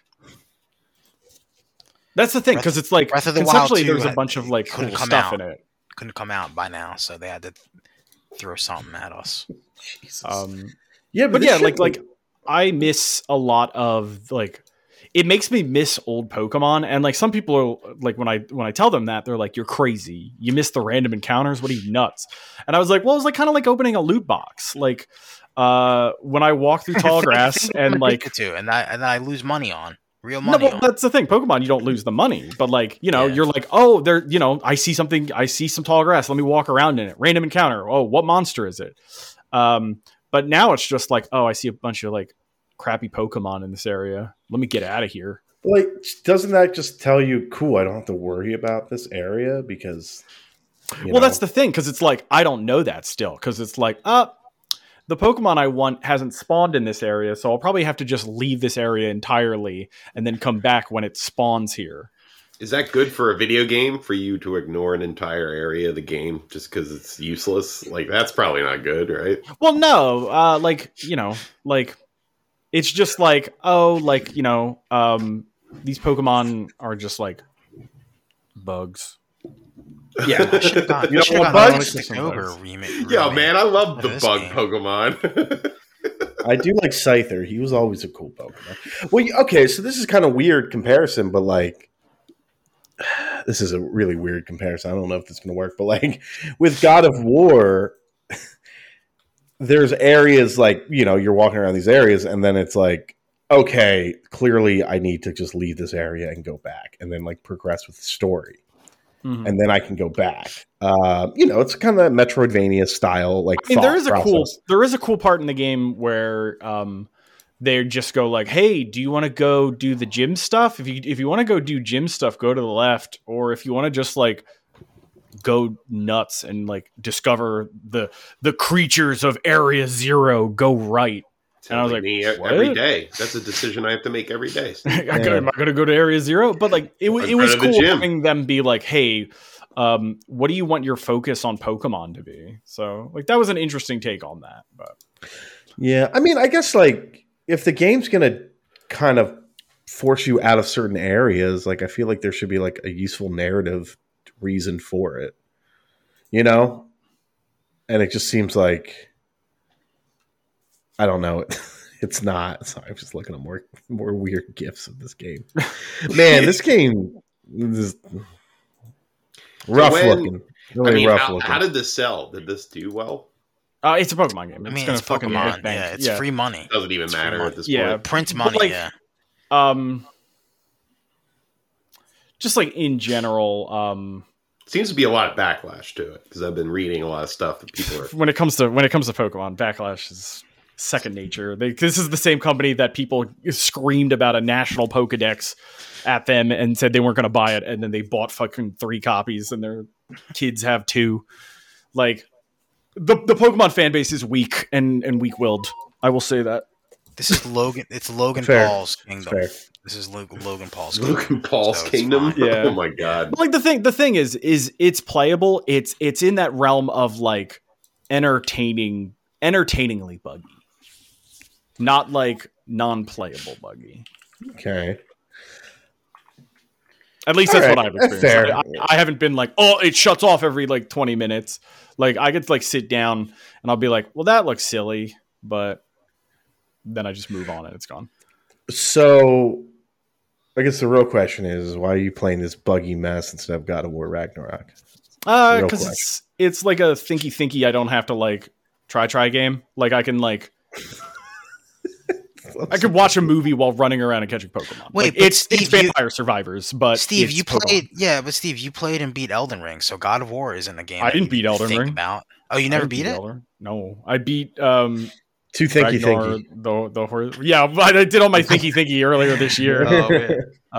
that's the thing because it's like
Breath of the Wild
conceptually
2
there's a
had-
bunch of like cool
couldn't come
stuff in it.
Couldn't come out by now, so they had to throw something at us.
Um,
yeah,
but
this
yeah,
shit
like
was-
like I miss a lot of like it makes me miss old Pokemon and like some people are like when I when I tell them that they're like you're crazy you miss the random encounters what are you nuts and I was like well it was like kind of like opening a loot box like uh when I walk through
*laughs*
tall grass and like
Pikachu, and I and I lose money on real
No,
money.
but
on.
that's the thing. Pokemon, you don't lose the money, but like you know,
Yeah.
you're like, oh, there, you know, I see something, I see some tall grass. Let me walk around in it. Random encounter. Oh, what monster is it? Um, but now it's just like, oh, I see a bunch of like crappy Pokemon in this area. Let me get out of here.
like doesn't that just tell you cool i don't have to worry about this area because you
well, that's
know,
the thing because it's like I don't know that still because it's like, uh, the Pokemon I want hasn't spawned in this area, so I'll probably have to just leave this area entirely and then come back when it spawns here.
Is that good for a video game for you to ignore an entire area of the game just because it's useless? Like that's probably not good, right?
Well, no, uh, like you know, like it's just like oh, like you know, um, these Pokemon are just like bugs. *laughs*
yeah
Should've gone-
You know
should've
what,
gone
bugs?
Alex the Ogre remake.
Yeah, man, I love the
This
bug
game.
Pokemon. *laughs*
i do like scyther he was always a cool pokemon well you- okay so this is kind of weird comparison but like *sighs* this is a really weird comparison i don't know if it's going to work but like with god of war *laughs* there's areas like you know you're walking around these areas and then it's like okay clearly i need to just leave this area and go back and then like progress with the story
Mhm.
and then I can go back. Uh, you know, it's kind of Metroidvania style. Like,
I mean, there
thought
is a cool
process.
there is a cool part in the game where um, they just go like, "Hey, do you want to go do the gym stuff? If you if you want to go do gym stuff, go to the left, or if you want to just like." go nuts and like discover the the creatures of area 0 go right And I was like,
me e-
what?
every day. That's a decision I have to make
*laughs*
every day.
I gotta- am I going to go to Area Zero? But like, it, wa-
In
it was
front of the
cool
gym.
having them be like, "Hey, um, what do you want your focus on Pokemon to be?" So like, that was an interesting take on that. But
Yeah, I mean, I guess like if the game's gonna kind of force you out of certain areas, like I feel like there should be like a useful narrative reason for it, you know. And it just seems like I don't know. *laughs* It's not. Sorry, I'm just looking at more more weird gifs of this game. Man, this game is rough
when-
looking.
*laughs*
Really
I mean,
rough
how,
looking.
how did this sell? Did this do well?
Uh, it's a Pokemon game.
I
It's
mean,
gonna
it's
fucking
Pokemon.
rip bank.
Yeah, it's free
*laughs*
money.
Doesn't even
It's
matter
Pokemon.
at this
Yeah.
point.
Print
But,
money.
like,
yeah.
Um, just like in general, um,
Seems to be a lot of backlash to it because I've been reading a lot of stuff that people
*laughs*
are.
when it comes to when it comes to Pokemon, backlash is second nature. They, this is the same company that people screamed about a national Pokedex at them and said they weren't going to buy it, and then they bought fucking three copies, and their kids have two. Like the the Pokemon fan base is weak and and weak willed. I will say that.
This is Logan. It's Logan
Fair.
Paul's kingdom.
Fair.
This is Lo- Logan Paul's kingdom.
Luke and *laughs* Paul's
So it's
Kingdom.
fine.
Yeah.
*laughs* Oh my god.
But, like the thing the thing is is it's playable it's it's in that realm of like entertaining entertainingly buggy not like non-playable buggy
Okay.
at least
All
that's what
right,
i've
that's
experienced
fair.
Like, I, I haven't been like oh it shuts off every like 20 minutes like i get to like sit down and i'll be like well that looks silly but then i just move on and it's gone
So, I guess the real question is why are you playing this buggy mess instead of God of War Ragnarok?
Uh,
Real
because
quick.
it's it's like a thinky thinky. I don't have to like try try game. Like I can like I could watch a movie while running around and catching Pokemon.
Wait,
Like,
but
it's
Steve,
it's
you-
Vampire Survivors, but
Steve,
it's
you
Pokemon.
played. Yeah, but Steve, you played and beat Elden Ring. So God of War isn't a game.
I
that
didn't
you
beat Elden
think
Ring.
About. Oh, you
I
never
didn't
beat it.
Elden Ring. No, I beat um
Too thinky
Ragnar,
thinky.
the the horse. Yeah, *laughs* but I did all my thinky thinky earlier
*laughs*
this year. Uh,
Oh, yeah.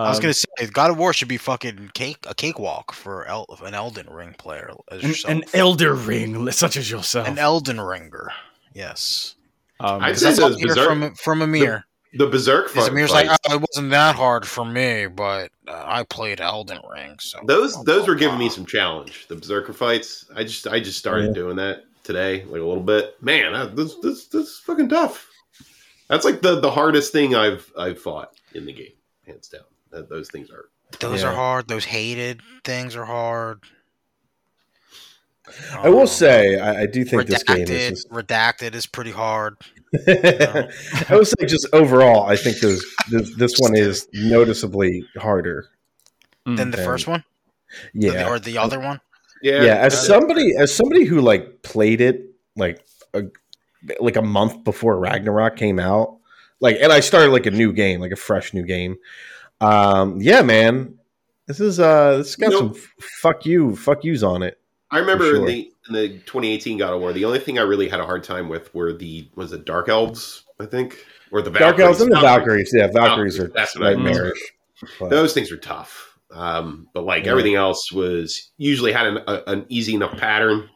I was
Um,
gonna say God of War should be fucking cake a cakewalk for El, an Elden Ring player as
an,
yourself.
an Elder Ring, li- such as
oh.
yourself.
An Elden Ringer. Yes.
um,
I
'Cause
said
That's
it
all
was
I hear
Berserk.
from from Amir.
The Berserk
Is
fight.
Amir's like, oh, it wasn't that hard for me, but uh, I played Elden Ring. So
those
Oh,
blah,
those
blah,
were giving me
blah."
some challenge. The Berserker fights. I just I just started
Yeah.
doing that today, like a little bit. Man, I, this this this is fucking tough. That's like the the hardest thing I've I've fought in the game, hands down. That, those things are.
Those
Yeah.
are hard. Those hated things are hard.
I will
Um,
say, I, I do think this game
Redacted-
is just
redacted is pretty hard.
*laughs* I would say just overall, I think there's this this one is noticeably harder.
mm,
than the
Okay.
first one, Than the-
Yeah,
or the other one.
Yeah.
yeah. As
that-
somebody as somebody who like played it like a, like a month before Ragnarok came out, like, and I started like a new game, like a fresh new game. Um, yeah, man, this is uh, this has got
You know-
some f- fuck you, fuck yous on it.
I remember
sure.
in the in the 2018 God of War, the only thing I really had a hard time with were the was it Dark Elves, I think, or the
Dark Elves and the
Valkyries.
Valkyries, yeah, Valkyries,
Valkyries, that's
are
what I meant.
nightmarish. But-
those things are tough. Um, but like
Yeah.
everything else was usually had an, a, an easy enough pattern.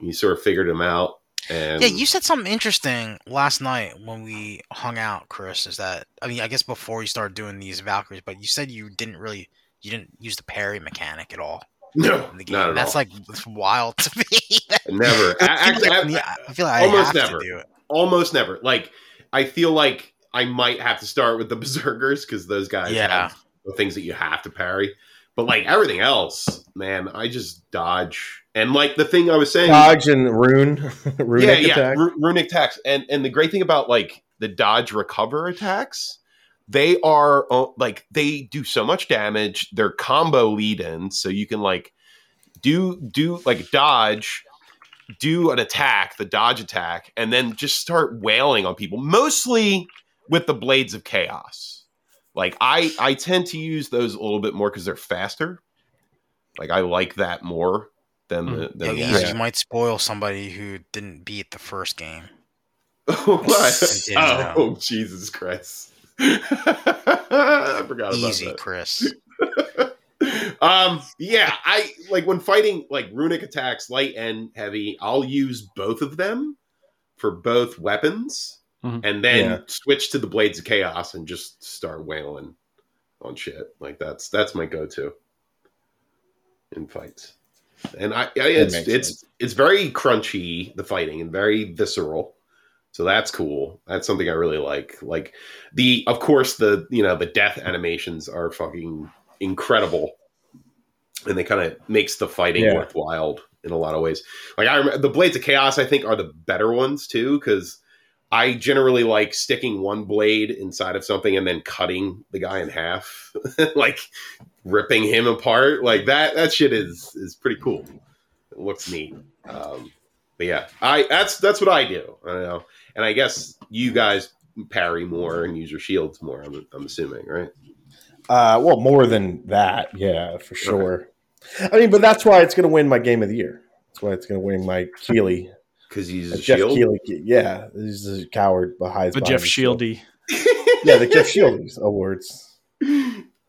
You sort of figured them out. And
Yeah, you said something interesting last night when we hung out, Chris. Is that I mean, I guess before you started doing these Valkyries, but you said you didn't really you didn't use the parry mechanic at all
no,
*laughs* in the game.
not at
That's
all.
like it's wild *laughs* to me. *laughs*
never. A-
I feel
Actually,
like,
I-
yeah, I feel like
almost
I have
never.
to do it.
almost never. Like I feel like I might have to start with the *laughs* berserkers because those guys,
Yeah.
have the things that you have to parry. But like everything else, man, I just dodge. And like the thing I was saying,
Dodge and rune, *laughs* runic attack.
Ru- runic attacks. And and the great thing about like the dodge recover attacks, they are uh, like they do so much damage. They're combo lead ins, so you can like do do like dodge, do an attack, the dodge attack, and then just start wailing on people, mostly with the blades of chaos. Like I I tend to use those a little bit more because they're faster. Like I like that more than the
Mm-hmm. Yeah,
than the
you-
axe.
You might spoil somebody who didn't beat the first game.
*laughs* what?
did
Oh,
know.
Jesus Christ! *laughs* I forgot
Easy,
about
Chris.
that. Um, yeah, I like when fighting like runic attacks, light and heavy. I'll use both of them for both weapons,
Mhm.
and then
Yeah.
switch to the blades of chaos and just start wailing on shit. Like that's that's my go-to in fights. And I, I it's
makes
it's it's very crunchy the fighting and very visceral. So that's cool. That's something I really like. Like the of course the you know the death animations are fucking incredible. And they kind of makes the fighting
Yeah.
worthwhile in a lot of ways. Like I remember the Blades of Chaos I think are the better ones too cuz I generally like sticking one blade inside of something and then cutting the guy in half. *laughs* like ripping him apart like that that shit is is pretty cool it looks neat um but yeah i that's that's what i do i don't know and i guess you guys parry more and use your shields more i'm, I'm assuming right
Uh, well, more than that, yeah, for sure. I mean, but that's why it's going to win my game of the year. That's why it's going to win my Keeley,
because you use a
Jeff
shield
Keeley. Yeah, he's a coward behind
The
behind
Jeff
his shield.
Shieldy.
Yeah, the Jeff Shields awards.
*laughs*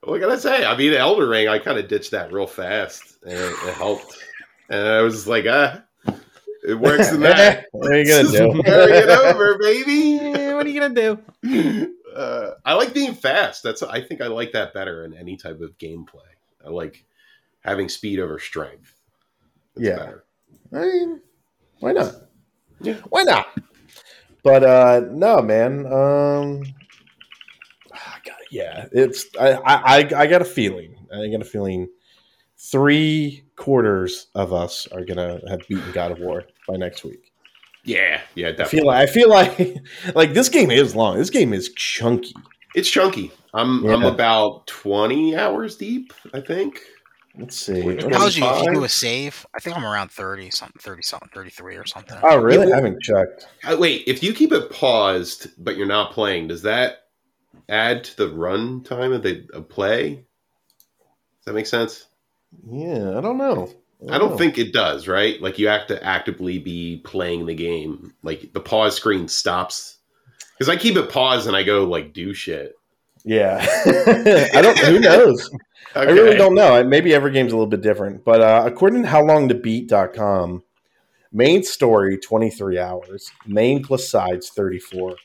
what can i say i mean elder ring i kind of ditched that real fast and it, it helped and i was just like ah it works
*laughs*
in that
what are you
*laughs*
gonna do?
Carry
*laughs*
it over baby
what are you gonna do?
uh, I like being fast. That's I think I like that better in any type of gameplay. I like having speed over strength. That's
Yeah.
better.
I mean, why not?
Yeah.
Why not? But uh no, man. Um ah, God, yeah, it's I, I I- I got a feeling. I got a feeling three quarters of us are gonna have beaten God of War by next week.
Yeah, yeah,
I feel
definitely.
like I feel like *laughs* like this game is long. This game is chunky.
it's chunky. I'm I'm
Yeah.
about twenty hours deep. I think.
Let's see.
Which
How
Let's-
was you? If you do
25?
a save, I think I'm around 30 something, 30 something, 33 or something.
Oh really? I haven't checked.
Uh, wait, if you keep it paused but you're not playing, does that add to the run time of the of play? Does that make sense?
Yeah, I don't know.
I don't
know.
think it does, right? Like you have to actively be playing the game. Like the pause screen stops because I keep it paused and I go like do shit.
Yeah. *laughs* I
*laughs*
don't who knows? I really
Okay.
don't know. I- Maybe every game's a little bit different. But uh, according to howlongtobeat.com, main story 23 hours, main plus sides 34,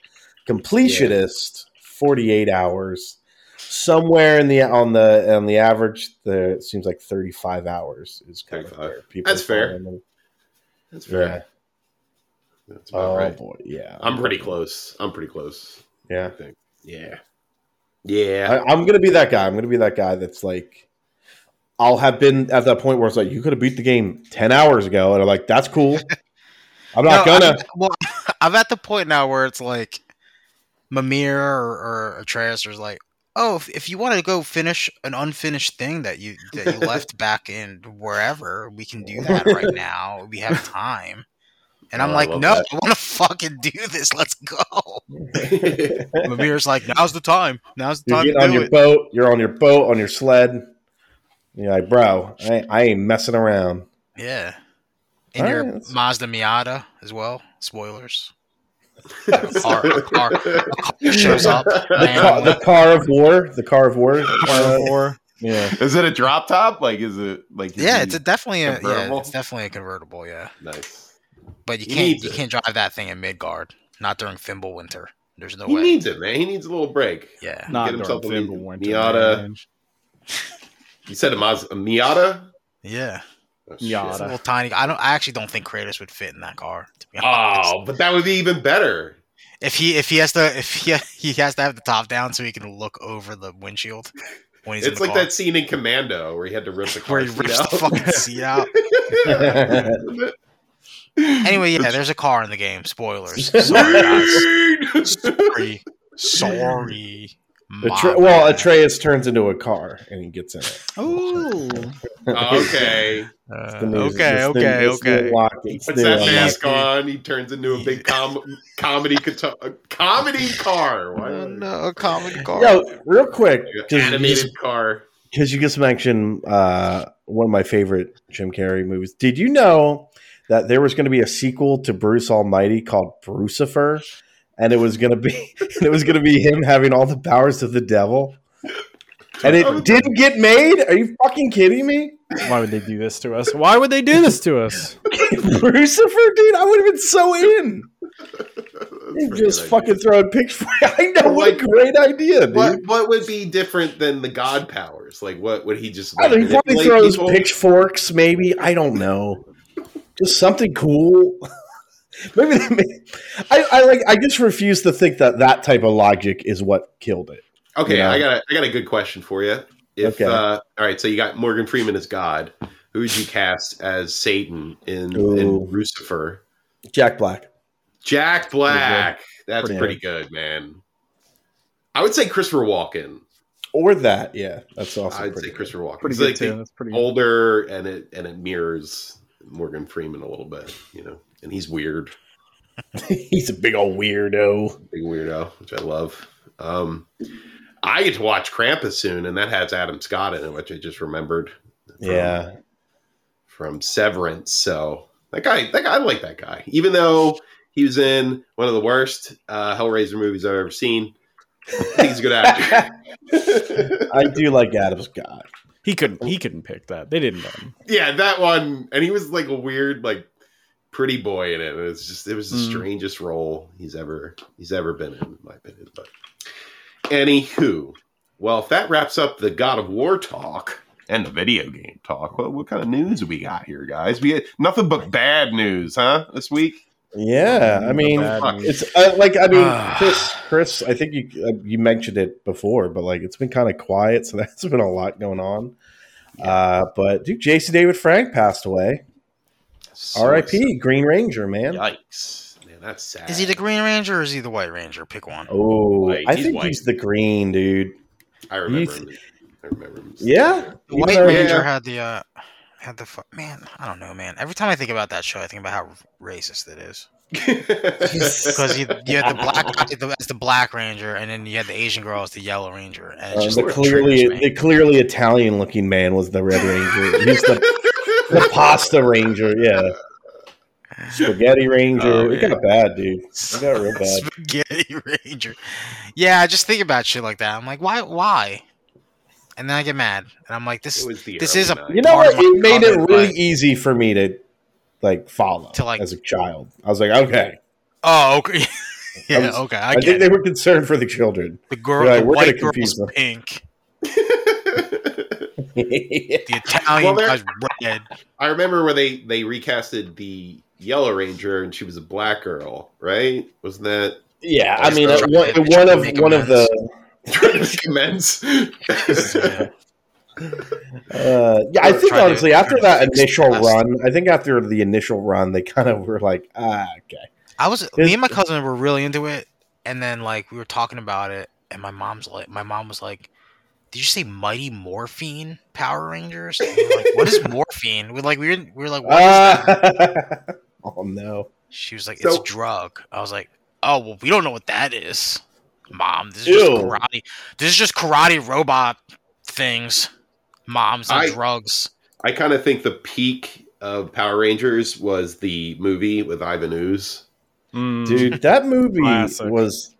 completionist 48 hours. Somewhere in the on the on the average, the it seems like 35 hours is kind of
35.
where people
That's fair.
fall in.
That's fair.
Yeah.
That's about
Oh
right.
boy. Yeah.
I'm pretty close. I'm pretty close.
Yeah.
I think. Yeah. Yeah.
I, I'm gonna be that guy. I'm gonna be that guy that's like, I'll have been at that point where it's like, you could have beat the game ten hours ago, and I'm like,
*laughs*
that's cool. I'm not
No, *laughs*
gonna.
I'm, well, I'm at the point now where it's like Mimir or, or Atreus is like, oh, if, if you want to go finish an unfinished thing that you that you
*laughs*
left back in wherever, we can do that right now. We have time. And I'm
Oh, I
like,
love
no,
that.
I want to fucking do this. Let's
*laughs*
go. Mimir's like, now's the time. Now's the
You're
time to
getting on
do
your
it.
boat. You're on your boat on your sled. You're like, bro, I, I ain't messing around.
Yeah. And
All
your
right, that's-
Mazda Miata as well.
*laughs*
Spoilers.
*laughs*
car- a car-
That's
Shows up.
The,
man,
ca- the car of war. The car of war.
Car of War.
Yeah.
*laughs* Is it a drop top? Like, is it like? is
yeah,
it-
it's a definitely a yeah,
Convertible?
it's definitely a convertible. Yeah,
nice.
but you
You
can't
need
you
to.
can't drive that thing in Midgard. Not during Thimble Winter. There's no
He
way.
needs it, man. He needs a little break.
yeah,
Not
Get himself
Darth
a
Vader.
Mi-
Winter
Miata.
Man.
You said a, Maz- a Miata.
yeah.
Oh, shit.
Miata.
It's a little tiny. I don't. I actually don't think Kratos would fit in that car. To be honest.
Oh, but that would be even better.
If he if he has to if he he has to have the top down so he can look over the windshield when he's
It's
in
like
the
that scene in Commando where he had to
*laughs*
rip the
car, where he
car seat
rips
out.
the fucking seat
*laughs*
out.
*laughs*
Anyway, yeah, there's a car in the game.
*laughs*
Spoilers. Sorry, guys. *laughs* Sorry. Sorry.
Atre-
My
well,
bad.
Atreus turns into a car and he gets in it.
Ooh.
okay,
Uh,
The
okay,
news- it's the-
okay,
it's the
okay.
lock- it's
puts
the
that
lock.
mask on. He turns into a big com- comedy guitar- a comedy car. Why
Uh, no, a comedy car.
Yo, real quick,
Like an
because you,
animated
just-
car.
'cause you just mentioned uh, one of my favorite Jim Carrey movies. Did you know that there was going to be a sequel to Bruce Almighty called Brucifer, and it was going to be *laughs* and it was going to be him having all the powers of the devil, and
*laughs*
it didn't get made? Are you fucking kidding me, *laughs*
Why would they do this to us? Why would they do this to
*laughs*
us?
Brucifer, dude? I would have been so in.
That's
You
pretty
Just
good
fucking throwing pictures. *laughs* I know what a great idea,
idea.
dude.
What what would be different than the god powers? Like what would he just?
I
Like,
don't know, he probably
manipulate
throws
people?
pitchforks, maybe. I don't know. Just something cool. *laughs* Maybe they made, I, I like. I just refuse to think that that type of logic is what killed it.
Okay,
Yeah.
I got a, I got a good question for you. If
Okay.
uh, all right, so you got Morgan Freeman as God. Who would you cast as Satan in,
Ooh.
in Lucifer?
Jack Black.
Jack Black. That's
Pretty
pretty, good, man. I would say Christopher Walken.
Or that, yeah, that's also
I'd
pretty.
say Christopher Walken.
Pretty
He's
good
like
too.
the
That's pretty. Old.
older, and it and it mirrors Morgan Freeman a little bit, you know. And he's weird,
*laughs* He's a big old weirdo.
big weirdo, which I love. Um, I get to watch Krampus soon, and that has Adam Scott in it, which I just remembered. from-
*laughs* Yeah,
from Severance. So that guy, that guy, I like that guy. Even though he was in one of the worst uh, Hellraiser movies I've ever seen, I think he's a good *laughs* actor.
I do like Adam Scott.
He couldn't. He couldn't pick that. They didn't let him.
yeah, that one, and he was like a weird, like pretty boy in it. And it's just, it was the
Mm.
strangest role he's ever he's ever been in, in my opinion. But anywho, well, if that wraps up the God of War talk. And the video game talk. What, what kind of news we got here, guys? We had nothing but bad news, huh? This week.
Yeah, I mean,
Bad
fuck.
news.
it's uh, like I mean, Chris, Chris, I think you uh, you mentioned it before, but like it's been kind of quiet, so *laughs* that's been a lot going on. Uh, but dude, Jason David Frank passed away. R.I.P. Green Ranger, man.
Yikes. Man, that's sad.
Is he the Green Ranger or is he the White Ranger? Pick one.
Oh,
White.
I
He's
think
white.
he's the green dude.
I remember
He's-
him. I remember him. *laughs*
Yeah,
The White
Even though-
Ranger
Yeah.
had the uh, had the fu- man. I don't know, man. Every time I think about that show, I think about how racist it is. *laughs* Because you, you had the black guy the- as the Black Ranger, and then you had the Asian girl as the Yellow Ranger, and it's
Uh,
just
the
like,
clearly
triggers me.
the clearly Italian looking man was the Red Ranger. He's the, the pasta ranger,
*laughs*
yeah. Spaghetti Ranger.
Oh,
it
man.
got bad, dude.
*laughs*
It got real bad.
Spaghetti Ranger. Yeah, I just think about shit like that. I'm like, why? Why? And then I get mad, and I'm like, this.
It was the
This
early
is a-
90s.
You know
Part
what?
of my
It made it
comment,
really
but-
easy for me to like follow
To, like-
as a child. I was like, okay.
Oh, okay. *laughs* yeah,
was-
okay. I,
I,
get
think
it.
they were concerned for the children. *laughs*
the girl,
Right,
the
we're gonna
white
confuse
girl's
them.
pink.
yeah,
The Italian
Well,
guy's
they're-
red.
*laughs* I remember where they they recasted the Yellow Ranger and she was a black girl, right? Wasn't that *laughs*
I mean,
Just try-
uh, one,
just
one
try
of
to make
one
a
of the.
trying to make
*laughs*
amends?
Uh, yeah, I
Or
think
try to-
honestly, after
try to
that
fix
initial
the past.
run, I think after the initial run, they kind of were like, ah, okay.
I was me and my cousin were really into it, and then like we were talking about it, and my mom's like, my mom was like, "Did you say Mighty Morphine Power Rangers?" And we were like, what
*laughs*
is morphine? We are like we didn't, we were like, what is that?
Ah. *laughs* oh no.
She was like,
So-
"It's a drug." I was like, "Oh well, we don't know what that is, mom. This is just
Ew.
karate. This is just karate robot things, moms and
I-
drugs."
I kind of think the peak of Power Rangers was the movie with Ivan Ooze.
Mm.
Dude, that movie
Classic.
was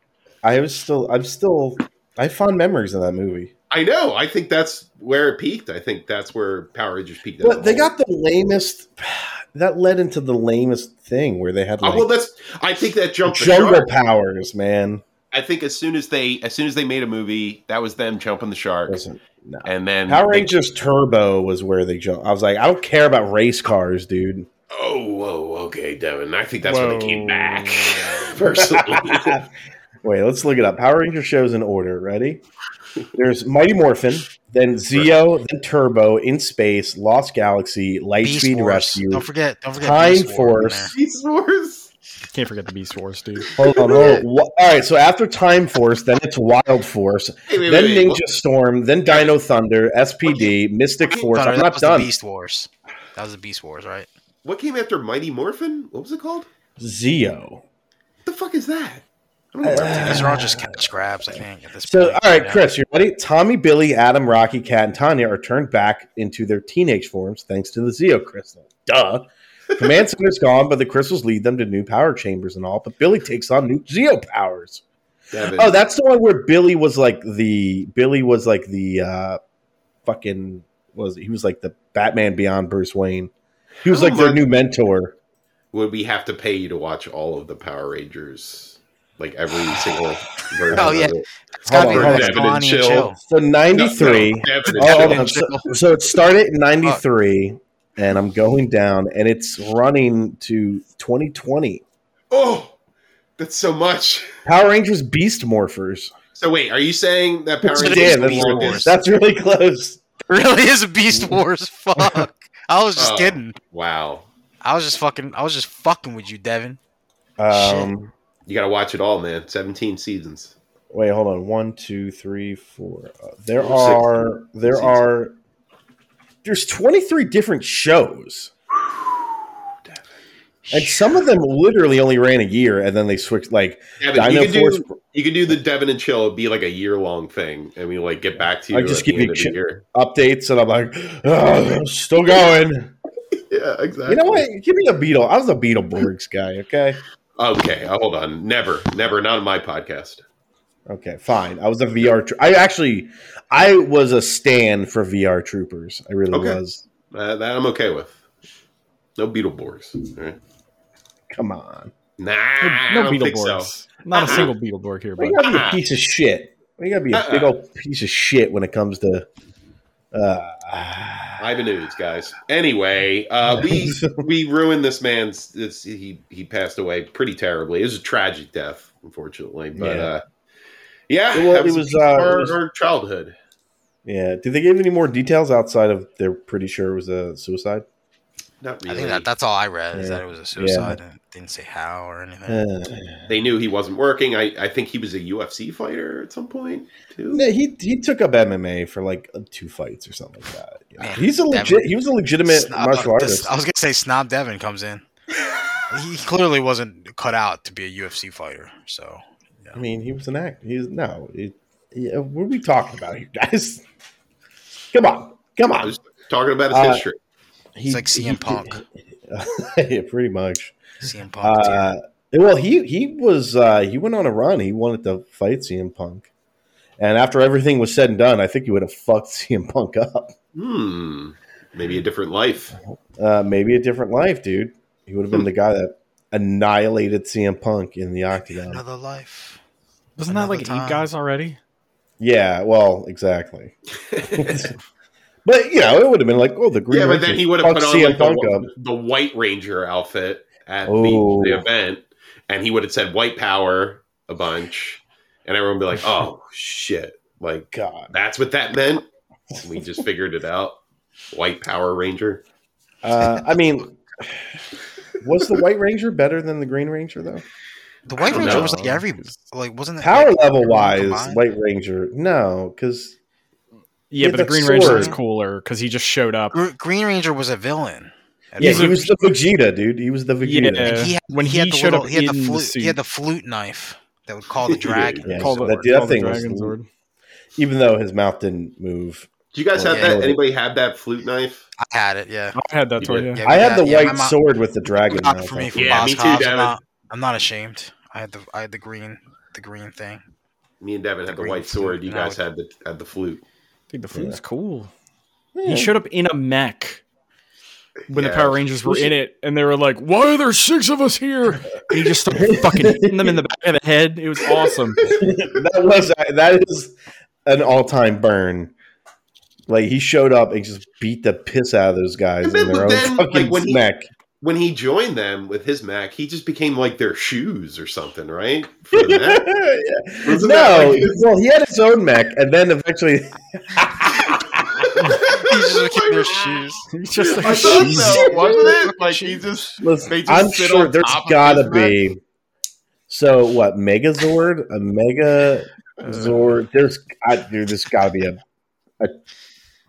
I was still I'm still I have fond memories of that movie.
I know. I think that's where it peaked. I think that's where Power Rangers peaked. as a
But they
whole.
got the lamest *sighs* that led into the lamest thing where they had
Uh,
like
well, that's. I think that jumped the
jungle
shark.
powers, man.
I think as soon as they as soon as they made a movie, that was them jumping the shark,
Listen, no.
and then
Power
they-
Rangers Turbo was where they jumped. I was like, I don't care about race cars, dude.
oh, whoa, okay, Devin. I think that's when they came
*laughs*
Whoa.
back. Personally,
Wait, let's look it up. Power Ranger shows in order. Ready? There's Mighty Morphin, then Zeo, then Turbo, In Space, Lost Galaxy,
Beast
Lightspeed
Wars.
Rescue.
Don't forget. Don't forget.
Time
Beast Wars in
Force.
there.
Beast Wars.
Can't forget the Beast Wars, dude.
Hold on, hold on. Wha- All right, so after Time Force, then it's Wild Force,
Hey, wait,
then
wait, wait.
Ninja Storm, then Dino Thunder, SPD, Mystic Force.
Thunder,
I'm
that
not
was
done.
The Beast Wars. That was the Beast Wars, right?
What came after Mighty Morphin? What was it called?
Zeo.
What the fuck is that? I don't know. what
Uh,
These are all just cash grabs, I think. At this
So,
point.
all right,
Yeah.
Chris, you ready? Tommy, Billy, Adam, Rocky, Cat, and Tanya are turned back into their teenage forms thanks to the Zeo crystal. Duh.
*laughs*
Command Center's gone, but the crystals lead them to new power chambers and all. But Billy takes on new Zeo powers.
Devin.
Oh, that's the one where Billy was like the Billy was like the uh fucking what was it? he was like the Batman Beyond Bruce Wayne. He was
How
like their
much-
new mentor.
Would we have to pay you to watch all of the Power Rangers? Like
*sighs*
every single version.
Oh,
of
yeah.
*laughs*
it?
It's gotta be
Hold on,
like
Devin and
Bonnie and
Chill.
Chill. *laughs*
So ninety
No, no,
three.
Devin
Oh, hold
and
on.
Jill.
So, so it started in ninety three, and I'm going down, and it's running to twenty twenty.
Oh, that's so much.
Power Rangers Beast Morphers.
So wait, are you saying that Power
That's,
Rangers
damn,
Beast
that's,
Morphers.
that's really close.
Really is a
*laughs*
Beast Wars. Fuck. I was just
Oh.
kidding.
Wow,
I was just fucking. I was just fucking with you, Devin.
Um,
you got to watch it all, man. Seventeen seasons.
wait, hold on. One, two, three, four. Uh, there
Six.
are there
Six.
are there's 23 different shows. And some of them literally only ran a year, and then they switched. Like
Devin, you
Dino
can
Force,
do you can do the Devin and Chill. It'd be like a year long thing, and we like get back to you.
I just
at the
give you
end of the
chi-
year.
updates, and I'm like, "Ugh, still going.
Yeah, exactly.
You know what? Give me a Beetle. I was a Beetleborgs guy. Okay,
Okay, uh, hold on. Never, never. Not on my podcast.
okay, fine. I was a VR. Tro- I actually, I was a stand for VR Troopers. I really
Okay.
was.
Uh, that I'm okay with. No Beetleborgs. All right.
Come on,
Nah,
No,
I
no
don't think so. Uh-huh.
Beetleborgs. Not a single Beetleborg here,
Why
but
you gotta be a piece of shit. Why you gotta be a big
Uh-uh.
old piece of shit when it comes to. Uh,
Ivan Nudes, guys. Anyway, uh,
*laughs*
we we ruined this man's. This, he he passed away pretty terribly. It was a tragic death, unfortunately. But
Yeah.
uh, yeah,
Well,
that
it was,
a piece of
uh, it
our,
was-
our childhood.
yeah. Did they give any more details outside of they're pretty sure it was a suicide? *sighs*
Not
I
really.
think that that's all I read is
Yeah.
that it was a suicide. and it didn't say how or anything.
Uh,
they knew he wasn't working. I, I think he was a UFC fighter at some point too.
no, he he took up MMA for like two fights or something like that. Yeah.
Man,
He's a
Devin-
legit. He was a legitimate
Snob-
martial
uh,
artist.
this- I was gonna say Snob Devin comes
*laughs*
in. he clearly wasn't cut out to be a UFC fighter. So
I mean, he was an act. He's no. It, yeah, what are we talking about here, *laughs* guys? Come on, come
I
on.
was talking about his
Uh,
history.
He-
like CM
he-
Punk.
*laughs* yeah, pretty much.
CM Punk.
Uh, well, he he was uh, he went on a run. He wanted to fight CM Punk, and after everything was said and done, I think he would have fucked *laughs* CM Punk up.
Hmm. Maybe a different
*laughs*
life.
Uh, maybe a different life, dude. He would have been the guy that annihilated CM Punk in the octagon.
another life.
wasn't that
Another
like
time.
eight guys already?
Yeah, well, exactly. but you know, it would have been like, oh, the green.
yeah, but then
Ranger
he would have put
fucked
on like,
CM
the,
up.
the White Ranger outfit at
Oh.
the, the event, and he would have said "White Power" a bunch, and everyone would be
*laughs*
like, "Oh shit!" Like
God.
that's what that meant. We just figured it out. White Power Ranger.
Uh, I mean, was the White Ranger better than the Green Ranger though?
The White
don't
Ranger was
know.
like every like wasn't it
Power
like,
level
everyone
wise,
combined?
White Ranger, no, because Yeah,
Yeah, but the
that
Green Ranger
sword.
is cooler because he just showed up.
Gr- Green Ranger was a villain.
yeah,
He's
he
a-
was the Vegeta, dude. He was the Vegeta.
Yeah.
And he had,
When
he, had
he
the
showed
little,
up
he had the
in the
flute. he had
suit.
the flute knife that would call the dragon.
Yeah.
Call the-
That- that
call the
thing was-
Dragon Zord.
Even though his mouth didn't move.
Do you
Oh,
guys have
Yeah.
that? Anybody have that flute knife?
I had it. Yeah.
I had that
You
toy.
did.
Yeah.
yeah
I
we
had the
yeah, my
white
mom-
sword with the dragon
Got it
mouth.
for
I
me from
think.
Yeah,
Boss
me too,
Hobbs. I'm
Devin.
not, I'm not ashamed. I had the I had the green the green thing. *laughs*
Me and Devin had the
Green
white
flute,
sword. You
and I
guys had the had the flute.
I think the flute's
Yeah.
cool.
Yeah.
He showed up in a mech when
Yeah.
the Power Rangers were
Was he-
in it, and they were like, "Why are there six of us here?" And he just started fucking hitting them in the back of the head. It was awesome.
that was that is an all time burn. Like he showed up and just beat the piss out of those guys
And
in
then-
their own
then,
fucking
like, when he-
mech.
When he joined them with his Mac, he just became like their shoes or something, right? For the
*laughs*
Mac. *laughs*
Yeah.
Wasn't that
No,
like his-
well, he had his own mech, and then eventually,
He
*laughs*
just kept their shoes.
He's just
I
Oh,
thought
like,
so,
Jesus.
wasn't it? Like he just They
listen,
just
I'm
sit
sure
on
there's
top of
gotta
his mech?
be. So what? Megazord, a Mega
Uh.
Zord. There's, I, dude, there's gotta be a, a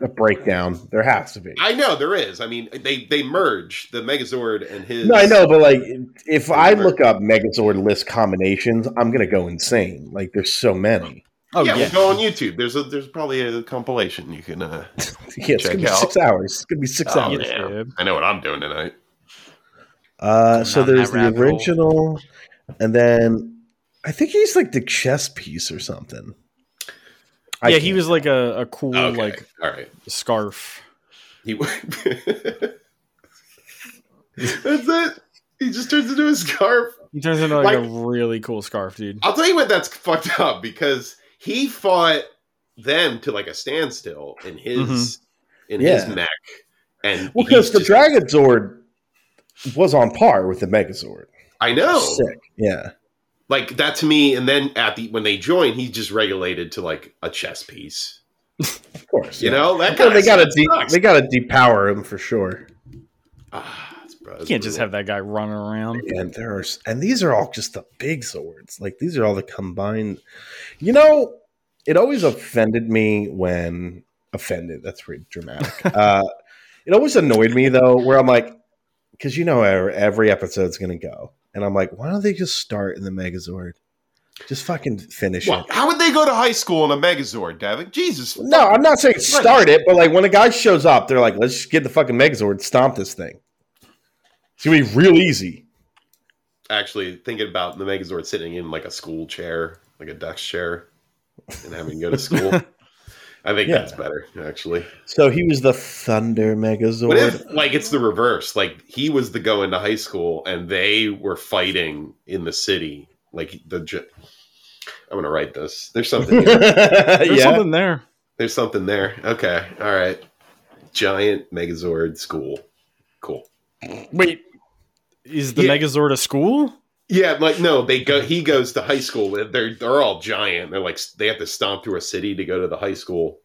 a breakdown. There has to be.
I know there is. I mean, they they merged the Megazord and his.
No, I know, but like if I
Remember.
look up Megazord list combinations, I'm gonna go insane. Like there's so many. *laughs*
oh
yeah,
yeah,
well, go on YouTube. There's a there's probably a compilation you can. Uh, *laughs*
Yeah, it's
Check
gonna be
out.
six hours. It's gonna be six
Oh,
hours.
yeah.
dude.
I know what I'm doing tonight.
Uh, so
Going down
there's
that
the
rabbit hole.
original, and then I think he's like the chess piece or something. I
yeah.
can't-
He was like a, a cool
Okay.
like
all right.
scarf.
He. *laughs* That's it. He just turns into a scarf.
He turns into
Like-
like, a really cool scarf, dude.
I'll tell you what. That's fucked up because he fought them to like a standstill in his in his
Mm-hmm. Yeah.
mech, and
well
he's
because the
just-
Dragon Zord was on par with the Megazord.
I know.
Sick. Yeah.
Like that to me, and then at the when they join, he's just regulated to like a chess piece.
Of course.
You
yeah.
know that
Well,
kind
they
of
gotta de- they gotta depower him for sure.
Ah,
You can't just have that guy running around.
And there are s- and these are all just the big swords. Like these are all the combined. You know, it always offended me when offended. That's pretty
*laughs*
dramatic. uh, it always annoyed me though, where I'm like, because you know how every episode's gonna go, and I'm like, why don't they just start in the Megazord? Just fucking finish it.
What? How would they go to high school in a Megazord, Devin? Jesus.
No, I'm not saying
Right.
start it, but like when a guy shows up, they're like, let's just get the fucking Megazord, and stomp this thing. It's gonna be real easy.
actually thinking about the Megazord sitting in like a school chair, like a desk chair, and having to go to school.
*laughs*
I think
Yeah.
that's better, actually.
So he was the Thunder Megazord.
What
*laughs*
if like it's the reverse? Like he was the go into high school, and they were fighting in the city. Like the, j- I'm gonna write this. There's something. Here.
There's
yeah.
something there.
There's something there. Okay. All right. Giant Megazord school. Cool.
Wait, is the
Yeah.
Megazord a school?
Yeah, like no, they go. He goes to high school. with- They're they're all giant. They're like they have to stomp through a city to go to the high school.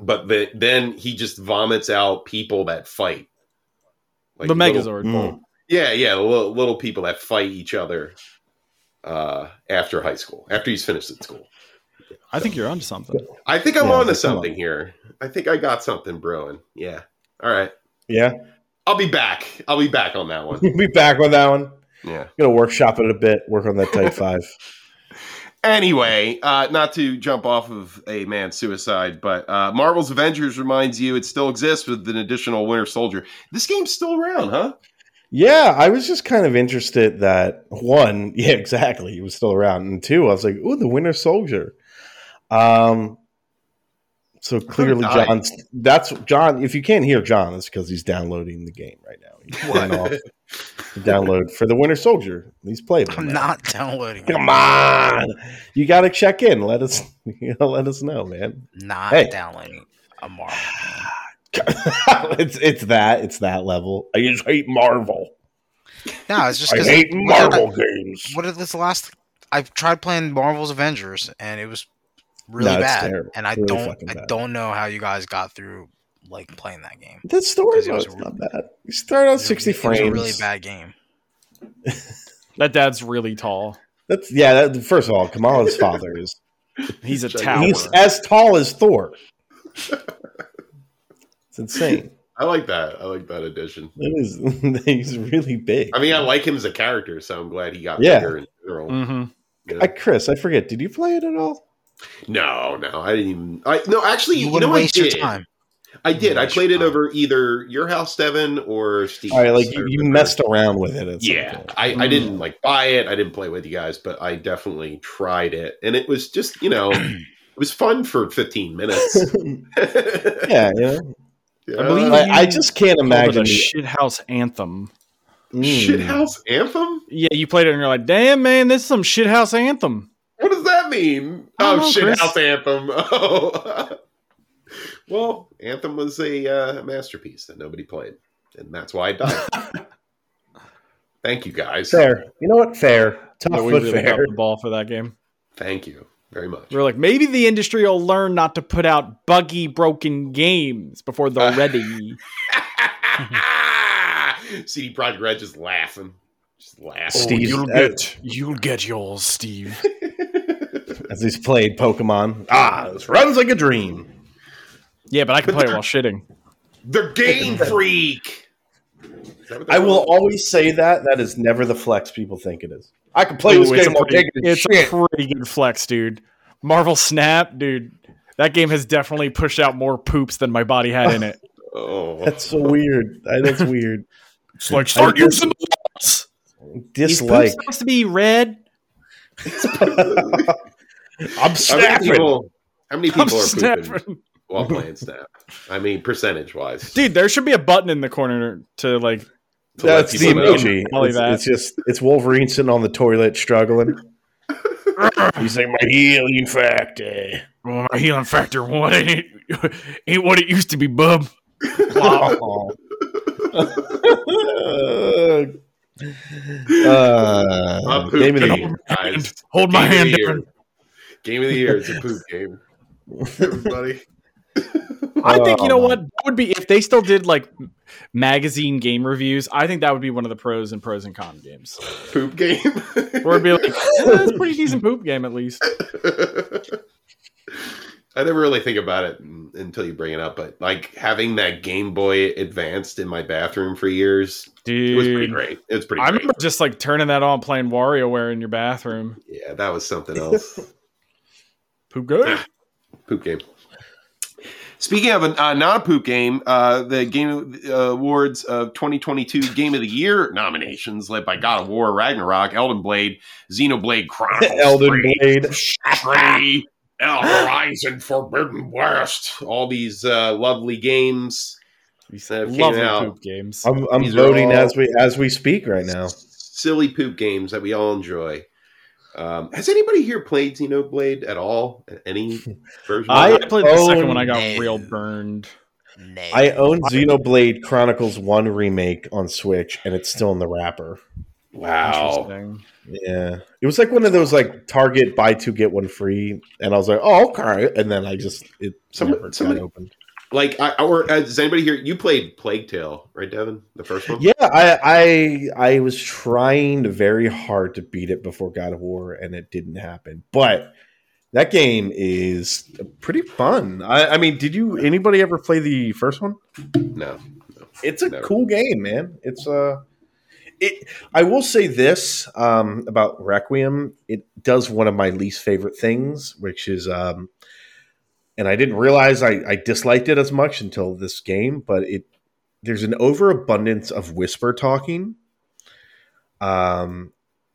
But the, then he just vomits out people that fight.
the
little-
Megazord.
Mm.
yeah, yeah, the little, little people that fight each other uh, after high school. After he's finished at school,
I think you're onto something.
I think I'm
Yeah,
on to
like, come on.
something here. I think I got something brewing. Yeah. All right.
Yeah. *laughs*
I'll be back. I'll be back on that one.
We'll be back on that one.
Yeah.
Gonna workshop it a bit, work on that type five.
Anyway, uh, not to jump off of a man's suicide, but uh, Marvel's Avengers reminds you it still exists with an additional Winter Soldier. This game's still around, huh?
Yeah, I was just kind of interested that one, *laughs* yeah, exactly. He was still around. And two, I was like, ooh, the Winter Soldier. Um so clearly
died.
John's that's John. If you can't hear John, it's because he's downloading the game right now. He's pulling off the download for the Winter Soldier. He's playable.
I'm
now.
not downloading. it.
Come on. You gotta check in. Let us *laughs* you know, let us know, man. *laughs*
Not
Hey.
downloading a Marvel. game.
it's it's that, it's that level. I just hate Marvel.
No, it's just
I
because
hate
what did I-
Marvel games.
What is this last? I tried playing Marvel's Avengers and it was really
No, it's
bad.
terrible.
And I
Really fucking
don't, I
bad.
don't know how you guys got through like playing that game.
That story
Because it was
mode's
a-
not bad. You start out
It was a-
sixty frames.
It was a really bad game.
That dad's really tall.
That's yeah. That, first of all, Kamala's father
*laughs*
is
He's a
He's-
tower.
he's as tall
*laughs*
as Thor. It's insane.
I like that. I like that addition.
It is. *laughs* he's really big.
I mean, I like him as a character, so I'm glad he got
Yeah.
bigger in general.
hmm
you know?
I, Chris, I forget. Did you play it at all?
no, no, I didn't even. I no, actually,
You
you,
wouldn't
know, I
waste your
did.
time.
I did. I
Waste
played
your
it
time.
over either your house, Devin, or Steve.
All right, like you, you messed around with it. At some
yeah
point.
I, I
Mm.
didn't like buy it i didn't play with you guys but i definitely tried it and it was just you know it was fun for 15
*laughs*
minutes *laughs*
yeah, you know?
Yeah.
I
Uh,
believe-
I, I just can't
Imagine
imagine.
a
the-
shithouse anthem.
Mm.
shithouse anthem
Yeah, you played it and you're like, damn man, this is some shithouse anthem.
what does that mean
I
oh
don't know, Chris.
shithouse anthem *laughs* oh well anthem was a uh, masterpiece that nobody played and that's why i
*laughs*
died thank you guys
Fair. You know what? Fair. Tough
Yeah, we
but
really
fair.
dropped the ball for that game.
thank you very much
We were like, maybe the industry will learn not to put out buggy broken games before they're
Uh.
ready.
*laughs* cd project red just laughing just laughing
Steve- you'll get-
you'll get
*laughs*
yours, Steve.
As he's played Pokemon.
Oh,
Ah, this runs like a dream.
yeah, but
*laughs*
I can play it while shitting.
The game freak. Is that what
I
they're
will
called?
always say that. That is never the flex people think it is. I can play
Ooh,
this game
a
while
pretty,
taking a
it's
shit.
a pretty good flex, dude. Marvel Snap, dude. That game has definitely pushed out more poops than my body had
*laughs*
in it.
Oh,
That's so weird. I- That's weird.
It's like
start using
the walls. These
Dislike.
poops supposed to be red.
I'm
how many
snapping.
people? How many
I'm
people are pooping
snapping.
*laughs*
while playing Snap? I mean, percentage wise,
Dude, there should be a button in the corner to like.
That's the emoji.
Tell you
It's,
that.
it's just it's Wolverine sitting on the
*laughs*
toilet struggling. He's like my healing factor.
Well, my healing factor one *laughs* ain't ain't what it used to be, *laughs* bub.
Uh, Wow. Uh,
Not poop
game of the
game,
year. *laughs*
guys.
Hold my
Game of
hand,
the year.
Darren.
Game of the year is a poop game. Everybody.
I think you know
Oh,
what that would be if they still did like m- magazine game reviews. I think that would be one of the pros and pros and con games.
poop game.
*laughs*
Where it'd be like, *laughs* "Eh, that's a pretty decent poop game at least.
*laughs* I never really think about it n- until you bring it up, but like having that Game Boy Advanced in my bathroom for years, it was pretty
Dude,
great. It was pretty.
I
great.
remember just like turning that on, playing WarioWare in your bathroom.
Yeah, that was something
*laughs*
else.
Poop good.
poop game. Speaking of a uh, not a poop game, uh, the Game uh, Awards of 2022 Game of the Year nominations, led by God of War, Ragnarok, Elden Blade, Xenoblade
*laughs*
Chronicles,
*laughs* Elden
3,
Blade.
Stray, El Horizon, Forbidden West, all these uh, lovely games.
These
That came
lovely
out.
poop games.
I'm, I'm
These are
voting
all-
as we as we speak right now.
Silly poop games that we all enjoy. Um, has anybody here played Xenoblade at all?
*laughs*
Any version?
I,
of it?
played the second
own
one. I got
a-
real burned.
Nay.
I own Xenoblade Chronicles One remake on Switch, and it's still in the wrapper.
wow.
Interesting.
Yeah, it was like one of those like Target buy two get one free, and I was like, oh okay, and then I just it
Some-
never
somebody-
got opened.
Like, I, or uh, does anybody here? You played Plague Tale, right, Devin? The first one.
Yeah, I I I was trying very hard to beat it before God of War, and it didn't happen. But that game is pretty fun. I, I mean, did you anybody ever play the first one?
No.
It's a
Never.
cool game, man. It's uh it I will say this um about Requiem, it does one of my least favorite things, which is um and I didn't realize I, I disliked it as much until this game, but it there's an overabundance of whisper talking. Um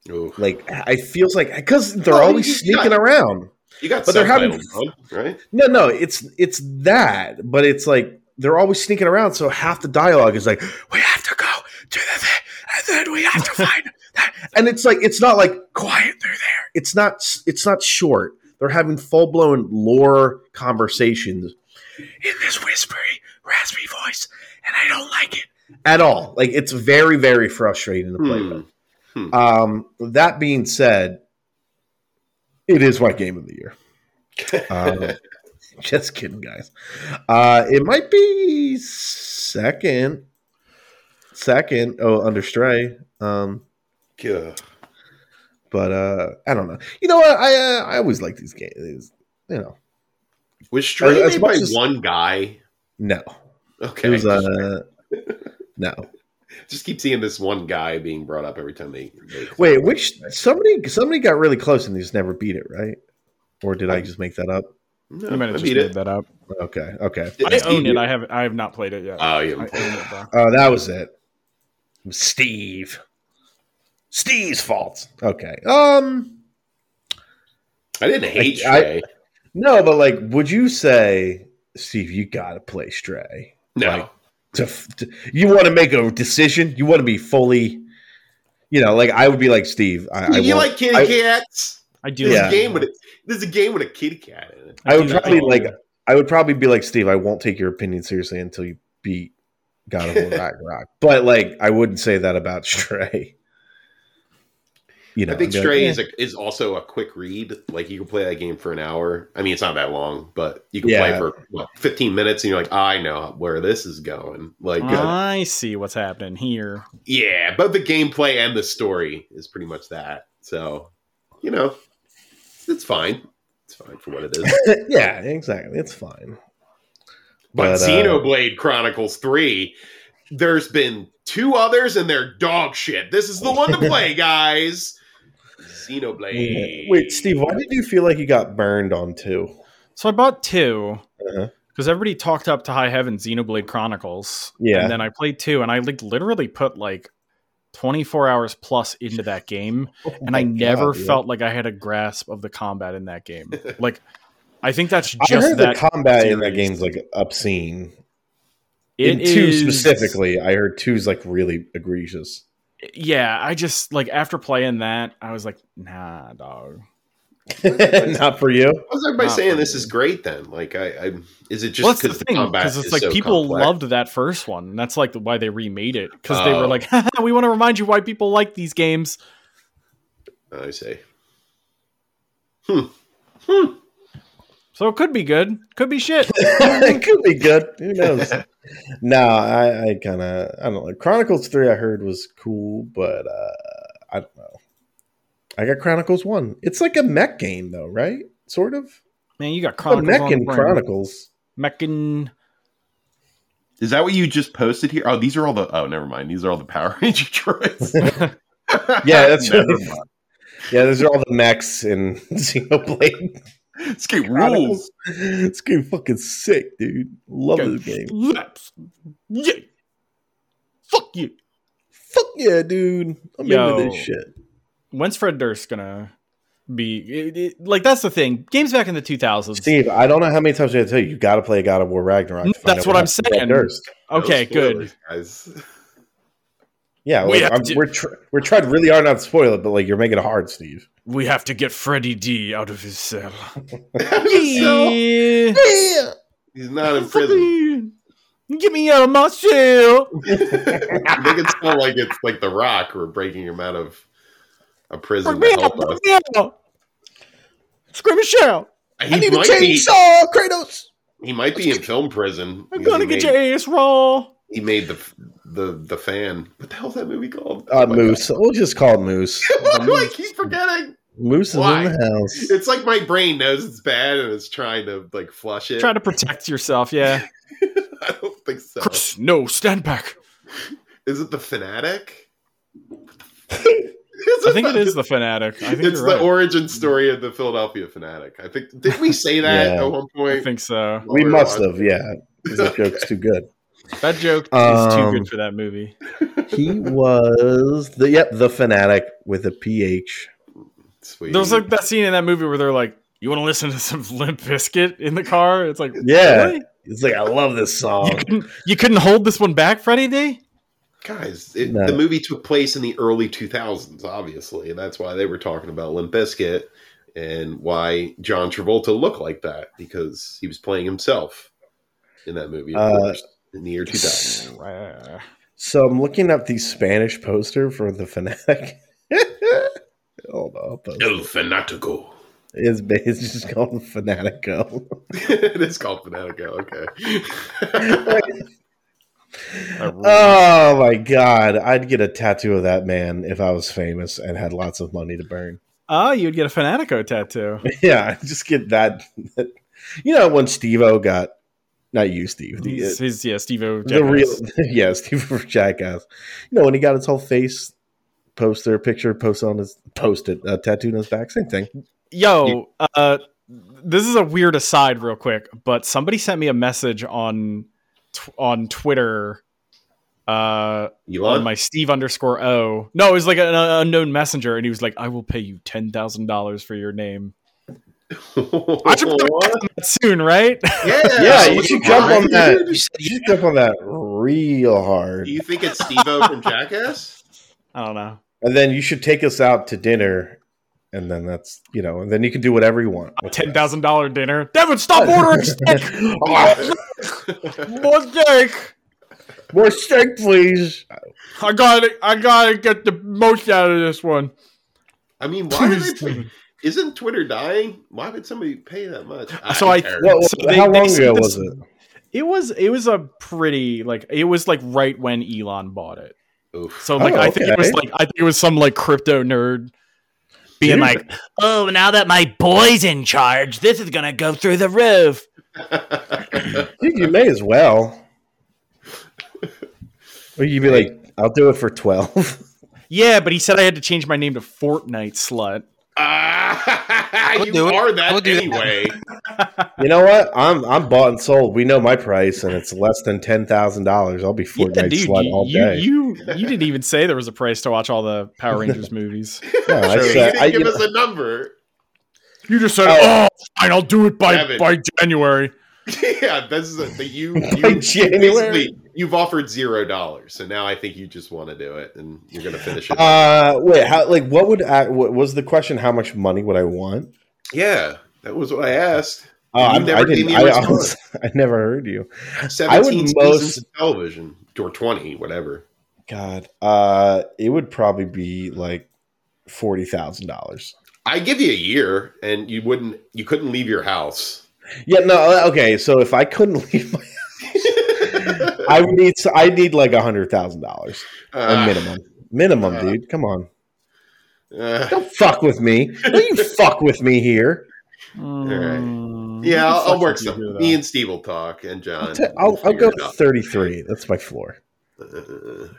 Ooh.
like I feels like because they're
Well,
always
you Oh, got-
sneaking around.
You got,
But they're having-
subtitles on, right.
No, no, it's it's that, but it's like they're always sneaking around. So half the dialogue is like, "We have to go to the thing, and then we have to find that." And it's like it's not like quiet. They're there. It's not. It's not short. They're having full blown lore conversations in this whispery, raspy voice, and I don't like it at all. Like it's very, very frustrating to play
Hmm.
with. Um, that being said, it is my game of the year. Um, just kidding, guys. Uh, it might be second, second. Oh, under stray. Um,
Yeah.
but uh, I don't know. You know what? I uh, I always like these games. you know,
Was Stray
As- as
made by
much as-
one guy?
no,
Okay.
it was uh, no.
Just keep seeing this one guy being brought up every time they. they
Wait, which somebody somebody got really close and they just never beat it, right? Or did I just make that up?
No,
You might have
I
just
beat
made
it.
that up.
Okay, okay.
I own it. I have I have not played it yet.
Oh,
I
yeah.
own it, though.
Oh, that was it. It was Steve. Steve's fault. Okay. Um
I didn't hate
I- I-
Stray.
no, but like would you say Steve, you got to play Stray?
no.
like- To, to you want to make a decision? You want to be fully you know, like I would be like Steve, I I,
you
won't-
like kitty
I-
cats?
I do.
There's
Yeah.
a game with it. There's a game with a kitty cat in it.
I would
do
probably
that.
like I would probably be like Steve, I won't take your opinion seriously until you beat God
*laughs*
of War Ragnarok. But like I wouldn't say that about Stray. You know,
I think
I'd be like,
Stray
"Eh."
is a, is also a quick read. Like you can play that game for an hour. I mean, it's not that long, but you can play
Yeah.
for what, 15 minutes, and you're like, I know where this is going. Like, uh,
Uh-huh.
I see what's happening here.
yeah, both the gameplay and the story is pretty much that. So, you know, it's fine. It's fine for what it is.
yeah, exactly. It's fine.
But,
But, uh,
Xenoblade Chronicles 3, there's been two others and they're dog shit. This is the one to *laughs* play, guys. Xenoblade.
Wait, Steve, why did you feel like you got burned on two?
So I bought two
Uh-huh.
because everybody talked up to High Heaven Xenoblade Chronicles.
Yeah.
and then I played two, and I like literally put like. 24 hours plus into that game
*laughs*
and I never felt like I had a grasp of the combat in
*laughs*
that game. Like I think that's
I
just
heard
that
the combat in that
series.
game's like obscene.
it
in two
is-
specifically, I heard two's like really egregious. *laughs*
yeah, I just like after playing that, I was like, nah, dog.
Not for you. *laughs*
How's everybody
Not
saying
funny.
this is great then? Like, I, I is it just
well, that's the
because
thing because it's like people loved that first one, and that's like why they remade it because they were
Oh.
like, *laughs* Haha, "We want to remind you why people like these games."
I say,
So it could be good, could be shit.
it could be good. Who knows?
*laughs*
no, I, I kind of I don't know. Chronicles Three I heard was cool, but uh, I don't know. I got Chronicles One. It's like a mech game though, right? Sort of.
Man, you got
A
Chronicles.
mech
on
in
the brain.
Chronicles.
Mechan.
*laughs* is that what you just posted here? Oh, these are all the. Oh, never mind. These are all the Power *laughs* Ranger
*laughs*
droids.
*laughs* Yeah, that's
Never
right. Yeah, those are all the mechs in *laughs* Xenoblade.
mind. Skate rules.
Chronicles. It's getting fucking sick, dude. Love
Go
this game.
slaps. Yeah. Fuck you.
Fuck yeah, dude. I'm into
Yo.
this shit.
When's Fred Durst gonna be? it- it- like that's the thing. Games back in the 2000s.
Steve, I don't know how many times I gotta tell you. You got to play God of War Ragnarok. to find
That's
out
what I'm
happens to
saying.
Fred Durst.
okay,
No
good.
spoilers, Guys. *laughs*
Yeah,
We
like,
have
I'm,
to-
we're tr- we're trying really hard not to spoil it, but like you're making it hard, Steve.
We have to get Freddy D out of his cell.
So,
Yeah.
he's not in prison.
Get me out of my cell.
*laughs* Make it sound like it's like The Rock. We're breaking him out of a prison to help us.
me out. Scream and shout.
He might be.
Kratos.
He might
*laughs*
be in film prison.
I'm
because
gonna
he
get
made-
your ass raw.
he made the the the fan. What the hell's that movie called?
Uh,
Oh my
Moose. We'll just call it
*laughs*
Moose.
God. *laughs* I keep forgetting.
Moose is
Why?
in the house.
It's like my brain knows it's bad and it's trying to like flush it.
Try to protect yourself,
*laughs*
yeah.
I don't think so.
Chris, no, stand back.
Is it the fanatic?
*laughs* I think it is the fanatic. I think
it's
you're
the
right.
origin story of the Philadelphia fanatic. I think did we say that
Yeah.
at one
I
point?
think so.
while
We
were
must
watching?
have, yeah. 'cause
*laughs*
That joke's too good.
That joke is too
Um,
good for that movie.
He was the yep the fanatic with a ph.
Sweet.
There was like that scene in that movie where they're like, "You want to listen to some *laughs* Limp Biscuit in the car?" It's like,
Yeah.
really?
It's like I love this song.
you couldn't, you couldn't hold this one back, Freddy D.
guys. It,
No.
The movie took place in the early 2000s, obviously, and that's why they were talking about Limp Bizkit and why John Travolta looked like that because he was playing himself in that movie. Of
Uh,
course, in the year
*laughs*
2000.
So I'm looking up the Spanish poster for the fanatic. *laughs* Hold on, I'll post it.
El Fanatico.
it's, ba- it's just called Fanatico.
*laughs* it is called Fanatico. Okay. *laughs*
oh my god, I'd get a tattoo of that man if I was famous and had lots of money to burn. *laughs*
Oh, you'd get a Fanatico *laughs* tattoo.
Yeah, I'd just get that. you know when Steve O got not you, Steve. The,
He's, he's yeah, Steve O.
the real *laughs* yeah, Steve from Jackass. You know, when he got his whole face poster picture posted on his posted uh, tattooed on his back, same thing.
Yo, uh, this is a weird aside, real quick, but somebody sent me a message on tw- on Twitter. Uh, on
*laughs* Elon,
my Steve underscore O. No, it was like an uh, unknown messenger, and he was like, "I will pay you ten thousand dollars for your name." *laughs* I should probably
What?
Soon, right? *laughs*
yeah,
Yeah, you should
Elon,
jump on
dude.
that. You should jump on that real hard.
Do you think it's Steve-O from
*laughs*
Jackass?
I don't know.
And then you should take us out to dinner. And then that's, you know, and then you can do whatever you want. *laughs*
A ten thousand dollar dinner. Devin, stop ordering steak.
Oh,
More steak.
More steak, please.
I gotta, I gotta get the most out of this one.
I mean, why would
Please,
they pay-
Devin.
Isn't Twitter dying? Why would somebody pay that much?
So I-
care.
Well,
So they-
how
they
long
sent
ago was
this-
it?
It was, it was a pretty like, it was like right when Elon bought it.
Oof.
So like,
Oh,
I think it was
okay.
like, I think it was some like crypto nerd being
Dude.
like, "Oh, now that my boy's in charge, this is gonna go through the roof."
Dude, you may as
*laughs*
well. Or you'd be like, I'll do it for 12.
Yeah, but he said I had to change my name to Fortnite slut.
Ah, *laughs*
would
you
do it.
are
I
that
would do that.
anyway.
you know what? I'm I'm bought and sold. We know my price, and it's less than $10,000. I'll be
Yeah,
Fortnite
dude,
slut
you,
all
you,
day.
you you didn't even say there was a price to watch all the Power
*laughs*
Rangers movies.
Yeah, I
Sure, you
said-
didn't
I-
give
you *laughs*
us a number. *laughs*
You just said,
Oh.
"Oh, fine, I'll do it by
Devin.
by January."
yeah, this is a, the you.
By
you
January.
basically, you've offered zero dollars, so now I think you just want to do it, and you're going to finish it.
Uh, wait, how, like, what would, I, what was the question? How much money would I want?
Yeah, that was what I asked.
Oh,
You
I'm,
never
I
gave
didn't.
me a
I,
response.
honestly- *laughs* I never heard you. I would
Seventeen
most-
seasons of television or twenty, whatever.
God, uh, it would probably be like forty thousand dollars.
I give you a year, and you wouldn't, you couldn't leave your house. *laughs*
Yeah, no, uh, okay. So if I couldn't *laughs* leave, my, I would need. I need like a hundred thousand dollars a
Uh,
minimum. Minimum,
uh.
dude. Come on,
uh,
don't fuck with me. Don't you fuck with me here.
Mm,
yeah,
what the
I'll, I'll
fuck
work E
did you do
something.
that?
*laughs* Me and Steve will talk, and
I'll,
John.
ta- I'll, I'll go
We'll figure
thirty-three. That's my floor.
it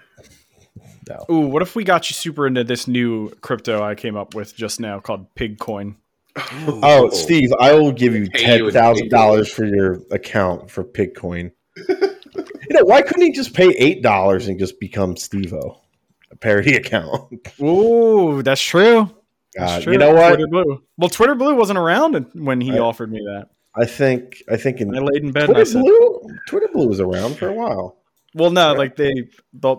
out.
No.
Ooh, what if we got you super into this new crypto I came up with just now called Pigcoin?
*laughs* Uh,
Oh, Steve, I will give you
Pay you
ten
in
thousand dollars for your account for Bitcoin. you know why couldn't he just pay eight dollars and just become Stevo, a parody *laughs* account?
Ooh, that's true.
God, Uh, you know what?
Twitter Blue. Well, Twitter Blue wasn't around when he
I-
offered me that.
I think I think in
And I laid in bed and I
Twitter
said,
Blue, Twitter Blue was around for a while.
"Well, no, like they the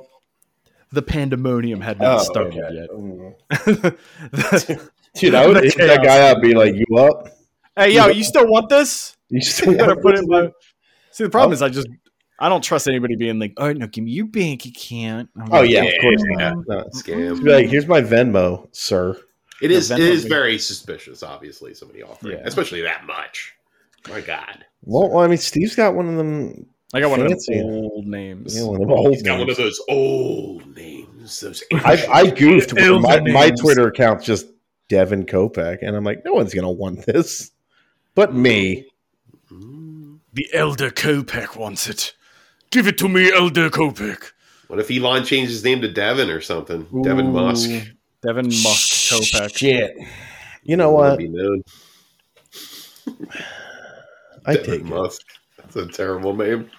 the pandemonium had not
Oh,
started
okay.
yet."
Mm.
The-
Dude, I
*laughs*
would
The
hit that
chaos.
guy up, be like, "You up? *laughs*
hey, yo, you still want this?
You still
You better
want
put
this?"
it. My, see, the problem
Oh.
is, I just I don't trust anybody being like, "Oh no, give me your bank account." I'm
*laughs* Oh
like,
yeah, of course.
Yeah.
not. No, it's-
Scam.
be like, "Here's my Venmo, sir."
It is. It
Venmo
is
me.
very suspicious. Obviously, somebody offering,
Yeah.
especially that much. My God,
Well, well, I mean, Steve's got one of them.
I got one of
Fancy.
them old names.
You know, one of them old
he's got one
names.
of those old names. Those
I, I goofed.
*laughs*
Ew,
My,
the
my
names.
Twitter account's just Devin Kopeck, and I'm like, no one's gonna want this, but me.
Mm.
The Elder Kopeck wants it. Give it to me, Elder Kopeck.
What if Elon changed his name to Devin or something? Devin Musk.
Devin Musk Kopeck.
Shit. You know
Wanna
what?
be known.
I
Devin
take it.
Musk. That's a terrible name.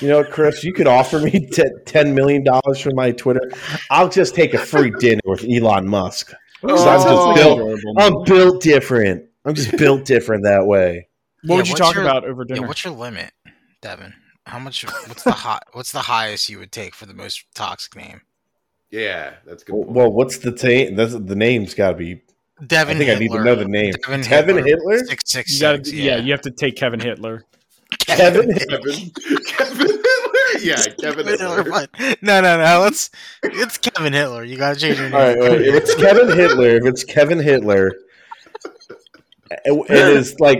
You know, what, Chris, you could offer me *laughs* te- ten million dollars for my Twitter. I'll just take a free dinner with Elon Musk.
Oh,
I'm just
oh,
built- I'm built different. I'm just built different that way.
What would
Yeah,
you
what's
talk
your-
about over
Yeah,
dinner?
what's your limit, Devin? How much? What's the hot? What's the highest you would take for the most toxic name?
Yeah, that's a good.
Well,
point.
well, what's the ta- that's, the name's got to be?
Devin.
I think I need to know the name.
Devin,
Kevin
Hitler.
Hitler.
Six six
you gotta,
six.
yeah.
Yeah,
you have to take Kevin Hitler.
*laughs*
Kevin. Hitler.
Kevin. Kevin Hitler. Yeah, Kevin Hitler.
but- No, no, no. Let's. It's Kevin Hitler. You gotta change your name.
All right, wait, if it's Kevin Hitler, if it's Kevin Hitler, it it is like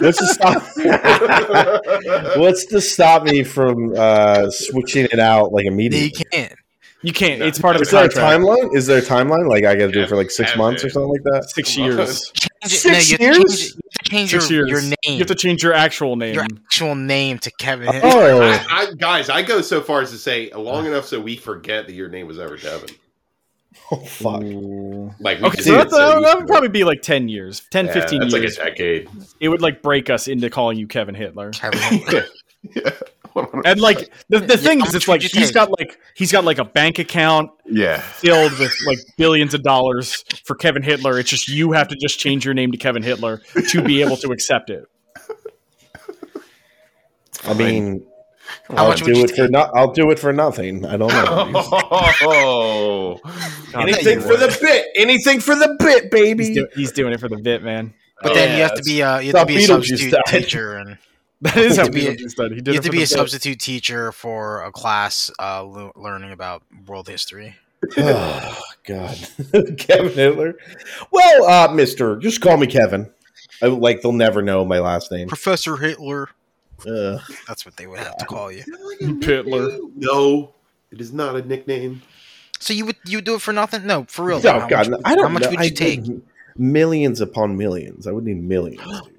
what's to stop? *laughs* what's to stop me from uh, switching it out like
You
immediately?
can't.
You can't.
No.
It's part of the
Is there a
contract.
timeline? Is there a timeline? Like I got to do it for like six
Kevin.
months or something like that.
Six
Come on.
years.
Change it-
Six
no, you have to change
years?
it- you have to Change,
Six
your, your
years.
name.
You have to change your actual name.
your actual name to Kevin Hitler.
Oh,
I, I, guys, I go so far as to say long enough so we forget that your name was ever Devin.
oh, fuck!
Ooh.
Like we
Okay,
just
so
did,
that's, that,
you
that would
forget.
probably be like 10 years, 10,
Yeah,
15
that's
years.
like a decade.
it would like break us into calling you Kevin Hitler.
Kevin Hitler.
*laughs* And like the, the thing
Yeah,
is, it's
what
like
you
he's
take?
got like he's got like a bank account
yeah,
filled with like billions of dollars for Kevin Hitler. It's just you have to just change your name to Kevin Hitler to be able to
*laughs*
accept it.
I mean,
How
*laughs* I'll
much would
do
you
it for
take?
not. I'll do it for nothing. I don't
*laughs*
know.
Oh,
Anything for the bit. Anything for the bit,
He's,
baby.
do- he's doing it for the bit, man. *laughs*
But then you have to be a you have
Stop
to be a
Beetlejuice
substitute
style.
teacher and
That is
You
how
have to be a-
Beetlejuice done. He did
you
it
have to
for
be a
the bit.
substitute teacher for a class uh, lo- learning about world history.
oh God, *laughs* Kevin Hitler. Well, uh, Mister, just call me Kevin. I, like they'll never know my last name.
Professor Hitler.
Ugh.
That's what they would have to call you.
Hitler.
*laughs* No, it is not a nickname.
So you would you would do it for nothing? No, for real.
Oh
though. How
God,
much-
I don't.
How much
know.
would
I
you take?
need Millions upon millions. I would need
*gasps*
millions. dude.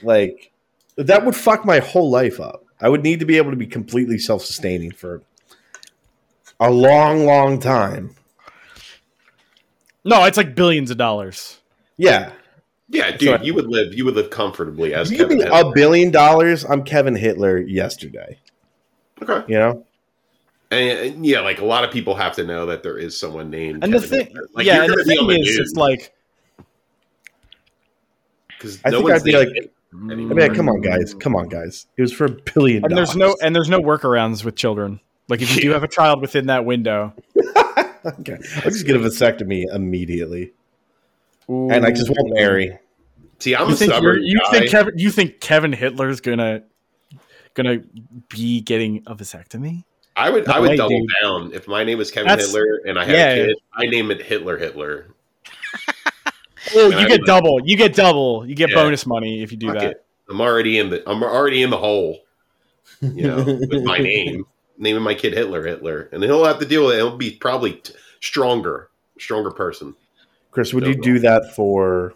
like that would fuck my whole life up. I would need to be able to be completely self-sustaining for a long, long time.
No, it's like billions of dollars.
Yeah,
Yeah, dude, you would live. You would live comfortably as
you give
Kevin.
me a
Hitler.
billion dollars. I'm Kevin Hitler yesterday.
Okay,
You know.
and, and yeah, like a lot of people have to know that there is someone named.
And the
Kevin
thing,
Hitler. like, you're
yeah, and the
gonna be on
thing
the
is, it's like,
because
I
no
think
one's
I'd be
named
like,
it
I
anymore.
mean, like, come on, guys, come on, guys. It was for a billion.
and there's no, and there's no workarounds with children. Like if you do have
*laughs*
a *laughs* child within that window,
okay, I'll just get a vasectomy immediately. and I just want Mary.
See, I'm
you
a
think you're-
stubborn
you
guy.
think Kevin you think Kevin Hitler's gonna gonna be getting a vasectomy?
I would
No
I would
way,
double
dude.
down if my name was Kevin
That's-
Hitler and I had
yeah.
a kid. I name it Hitler Hitler.
Oh,
Yeah,
you
I
get
would.
double. You get double. You get
Yeah.
bonus money if you do
Fuck
that.
it. I'm already in the I'm already in the hole. You know, *laughs* with
*laughs*
my name, naming my kid Hitler Hitler, and he'll have to deal with it. He'll be probably t- stronger, stronger person.
Chris, would
No,
you
no.
do that for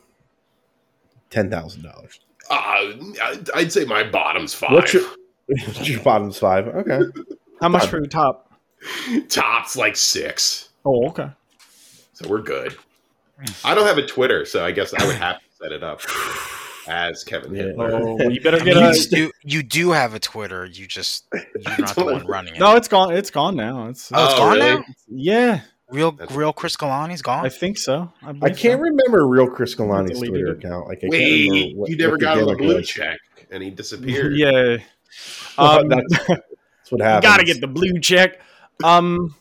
ten thousand dollars? *laughs*
Uh, I- I'd say my bottom's five.
What's your your bottom's five? Okay.
How much for your top?
*laughs* Tops like six,
Oh, *laughs* okay.
so we're good. I don't have a Twitter, so I guess I would have to set it
*sighs*
up as Kevin
Yeah.
Hitler.
Oh, well, you better get
you,
a.
just do, you do have a Twitter. You just you're not the one running it.
No, it's gone. It's gone now. It's
oh, it's
Oh,
gone
really?
now.
yeah,
Real
That's-
real Chris Galani's gone.
I think so.
I
believe
can't
so.
remember real Chris Galani's
Deleted
Twitter
it.
account. Like I
Wait,
can't remember what-
you never
what the
got
game
on the
looked
blue
like.
check, and
*laughs*
he disappeared.
*laughs* Yeah,
Well,
um,
that's, that's what
you
happened.
gotta get the blue check. Um,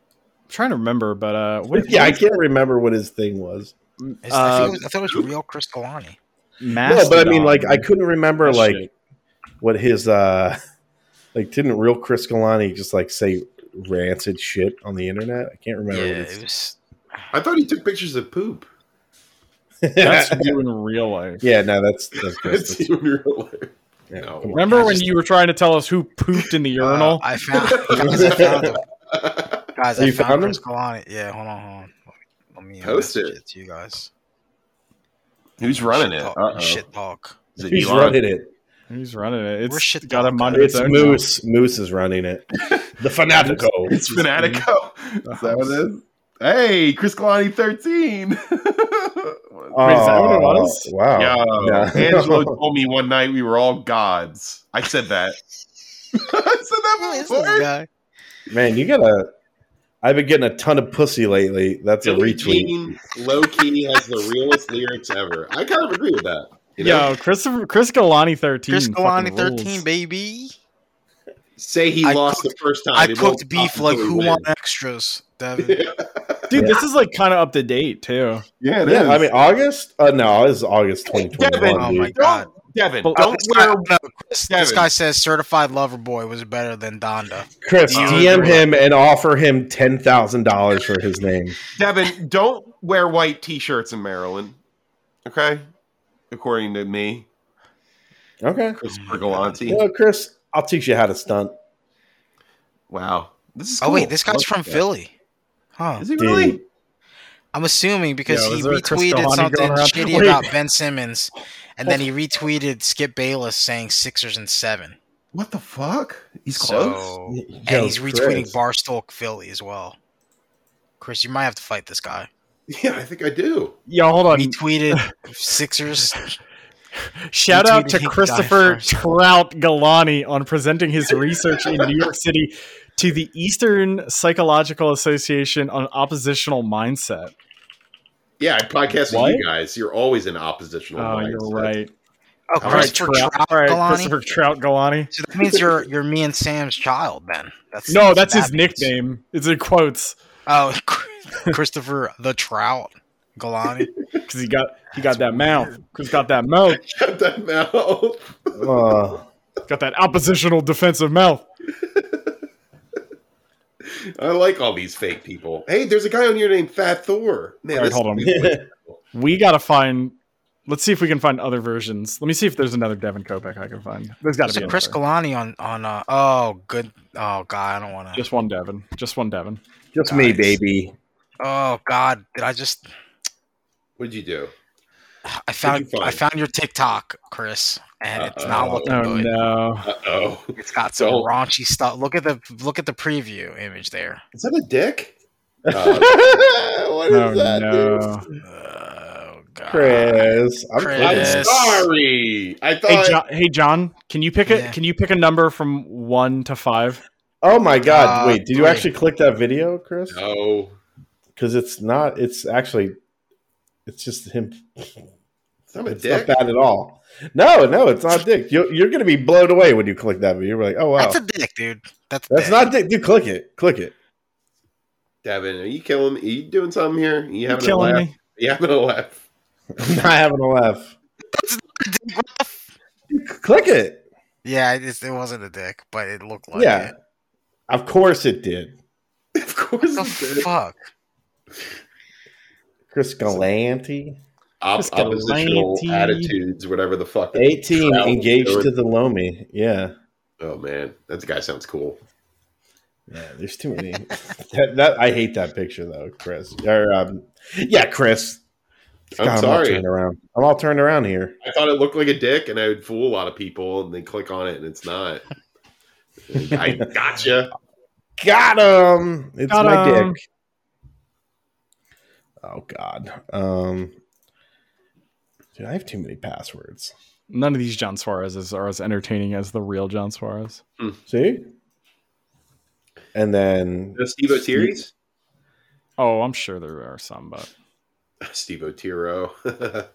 I'm trying to remember, but uh, what,
Yeah, I can't remember what his thing was.
It's- I,
uh,
think it was, I thought it was real Chris Galani.
No, but I mean,
Mastodon.
like, I couldn't remember
That
like
shit.
what his uh *laughs* like didn't real Chris Galani just like say rancid shit on the internet? I can't
Yeah,
remember. what
it
his,
was.
I thought he took pictures of poop. *laughs*
*laughs*
that's you in real life.
yeah, no, that's that's, that's,
That's even realer.
yeah,
No.
come on.
Remember
I
when
just-
you were trying to tell us who pooped in the
Uh,
urinal?
I found guys. I found him. *laughs* Guys, I
You
found,
found him?
Chris Galani. Yeah, hold on, hold on. Let me uh,
Post
message
it.
to you guys.
Who's running
Shit
it?
talk-
Uh-oh.
Shit talk.
Is it
He's
Elon?
running it.
Who's running it?
We're
It's
shit
got a
talk.
mind of its
It's
own
Moose. Moose is running it. The *laughs* fanatico.
It's Fanatico. Is that what it is? Hey, Chris Kalani *laughs* 13.
Oh,
Wait, is that what it was?
Wow.
yeah.
Oh, Yeah. *laughs*
Angelo told me one night we were all gods. I said that. *laughs* I said
Who
that
is this
before.
guy?
Man, you gotta. I've been getting a ton of pussy lately. That's a retweet.
Low key has the realest lyrics ever. I kind of agree with that. You know?
Yo, Christopher, Chris Galani 13.
Chris
fucking
Galani, thirteen,
rules.
baby.
Say he
I
lost
cooked-
the first time.
I
it won't
cooked beef
stop
like
until
who
he
won
*laughs* wins.
extras,
*laughs*
Devin.
Dude, this is like kind of up to date, too.
yeah, it is.
Yeah, I mean August. Uh, no, it's August twenty twenty
Devin,
one.
Oh
dude,
my
don't,
God. uh,
Devin,
But-
don't
This guy-
wear
no, Chris- this
Devin.
guy says certified lover boy was better than Donda.
Chris,
Do you
DM
agree?
him and offer him ten thousand dollars for his name.
Devin, don't wear white t-shirts in Maryland. Okay? According to me,
Okay.
Chris
Oh
Bergalanti.
Well, Chris, I'll teach you how to stunt.
Wow. This is
Oh
cool.
wait, this guy's
Love
from
that.
Philly. Huh.
Is he
Dude.
really?
I'm assuming because
Yeah,
he
was there a Chris
retweeted
Galani
something
going around?
shitty
Wait.
about Ben Simmons, and then he retweeted Skip Bayless saying Sixers and seven.
What the fuck? He's close.
So, and he's retweeting Barstool Philly as well. Chris, you might have to fight this guy.
Yeah, I think I do.
Yo, hold on.
Retweeted
*laughs*
Sixers.
Shout
he
out to
tweeted he
Christopher
died first.
Trout Galani on presenting his research in New York City to the Eastern Psychological Association on Oppositional Mindset.
Yeah, I podcast
What?
with you guys. You're always in oppositional.
Oh, you're
minds.
right.
Oh,
All right,
Christopher
Trout-
Trout,
all right,
Galani?
Christopher Trout Galani.
So that means you're you're me and Sam's child, then. That's
No,
what
that's
that
his
means.
nickname. It's in quotes
Oh, *laughs*
*laughs*
Christopher the Trout Galani.
because he got he got that mouth. Chris got that mouth.
*laughs* Shut that mouth.
Uh,
Got that oppositional defensive mouth.
I like all these fake people. Hey, there's a guy on here named Fat Thor. Man,
All right,
this-
hold on. We gotta find. Let's see if we can find other versions. Let me see if there's another Devin Kopeck I can find. There's gotta
There's a
be
Chris
another.
Galani on on. Uh, oh, good. Oh God, I don't want to.
Just one Devin. Just one Devin.
just me,
Guys.
baby.
Oh God, did I just?
What'd you do?
I found
What'd you find?
I found your TikTok, Chris, and it's not
Uh-oh.
looking
Oh
good.
no.
Uh oh.
It's got some
Don't.
raunchy stuff. Look at the look at the preview image there.
*laughs* Is that a dick? Uh, *laughs* what is
Oh
that? dude?
no.
Oh God,
Chris, I'm
Chris.
I'm
Chris.
Yes.
sorry. I thought
Hey John, hey John, can you pick a
Yeah.
can you pick a number from one to five?
Oh my god!
Uh,
Wait, did you
three.
actually click that video, Chris?
no.
Because it's not. It's actually. It's just him.
It's not a
It's
dick.
not bad at all. No, no, it's not dick. You're, you're going to be blown away when you click that video. You're like, oh wow,
that's
that's,
a dick, dude. That's a dick.
not dick. Dude, click it, click it.
Devin, are you killing me? Are you doing something here? Are you
You're
having a
killing
laugh?
me.
Are you having a laugh?
*laughs*
*laughs*
I'm not having a laugh. Click it.
Yeah, it, is- it wasn't a dick, but it looked like
yeah.
it.
Of course it did.
Of course.
The
it did.
fuck?
Chris Galanti.
Op-
Just got
oppositional
lanky.
attitudes, whatever the fuck.
18
Wow.
engaged to the Lomi. Yeah.
Oh man, that guy sounds cool.
Yeah, there's too many. that, that I hate that picture though, Chris. Or um, yeah, Chris.
I'm
all
sorry.
turned around. I'm all turned around here.
I thought it looked like a dick, and I would fool a lot of people, and they click on it, and it's
*laughs*
not. I gotcha.
Got him. It's
Got
my
'em.
dick. Oh God. Um, dude, I have too many passwords.
None of these John Suarez's are as entertaining as the real John Suarez.
See.
*laughs*
And then
The Steve O'Teary's?
Oh, I'm sure there are some, but
Steve Otero. *laughs*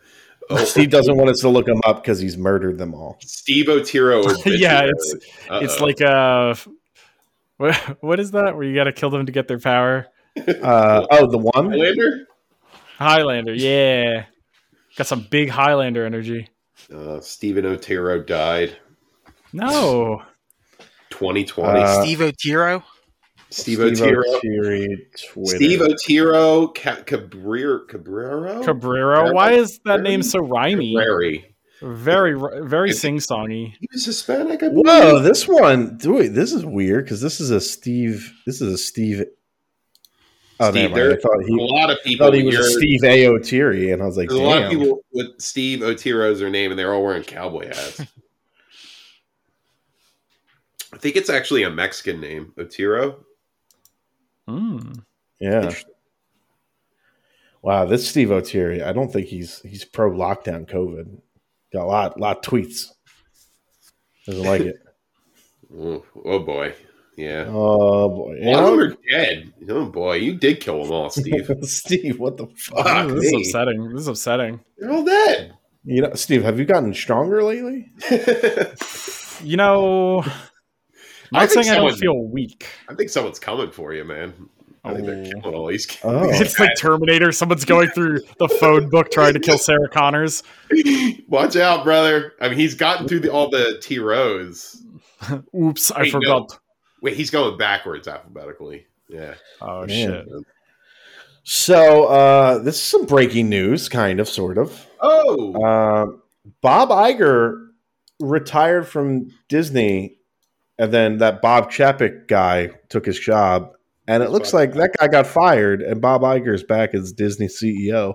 oh,
Steve doesn't want us to look him up because he's murdered them all.
Steve Otero.
*laughs* yeah, it's it's like uh, what what is that? Where you got to kill them to get their power?
Uh, oh, the one.
Highlander.
Highlander, yeah, got some big Highlander energy.
Uh, Stephen Otero died
No,
2020.
Uh,
Steve Otero?
Steve, Otero.
O'Teary Twitter.
Steve Otero Ca- Cabrir, Cabrero.
Cabrera. Why is that name so rhymey?
Cabreri.
Very very sing songy.
He was Hispanic. I believe.
Whoa, this one, dude, this is weird because this is a Steve. This is a Steve. Oh,
Steve,
never mind. I
there-
thought
A
he,
lot of
I
people.
thought he was a
here-
Steve A. O'Teary, and I was like,
There's a lot of
damn.
people with Steve Otero as their name, and they're all wearing cowboy
*laughs*
hats. I think it's actually a Mexican name, Otero.
Mm.
yeah. Wow, this Steve O'Teary. I don't think he's he's pro lockdown COVID. Got a lot lot of tweets. Doesn't
*laughs*
like it.
Oh, oh boy, yeah.
Oh boy,
A lot of them
*laughs*
are dead. Oh boy, you did kill them all, Steve.
Steve, what the
Fuck
fuck?
Ooh, this is
me.
upsetting. This is upsetting.
they're all dead. *laughs*
You know, Steve, have you gotten stronger lately?
You know,
I think
not saying I don't
someone-
feel weak.
I think someone's coming for you, man. I think they're
Oh.
killing all these kids.
Oh,
It's like
*laughs*
Terminator. Someone's going through the phone book trying to kill Sarah Connors.
*laughs* Watch out, brother. I mean, he's gotten through the, all the T rows.
Oops, I
Wait, no.
forgot.
Wait, he's going backwards alphabetically. Yeah.
Man.
Oh shit!
so uh, this is some breaking news, kind of, sort of.
Oh,
Um, Bob Iger retired from Disney, and then that Bob Chapek guy took his job, and it
That's
looks
Bob
like that guy got fired, and Bob Iger's back as Disney E CEO.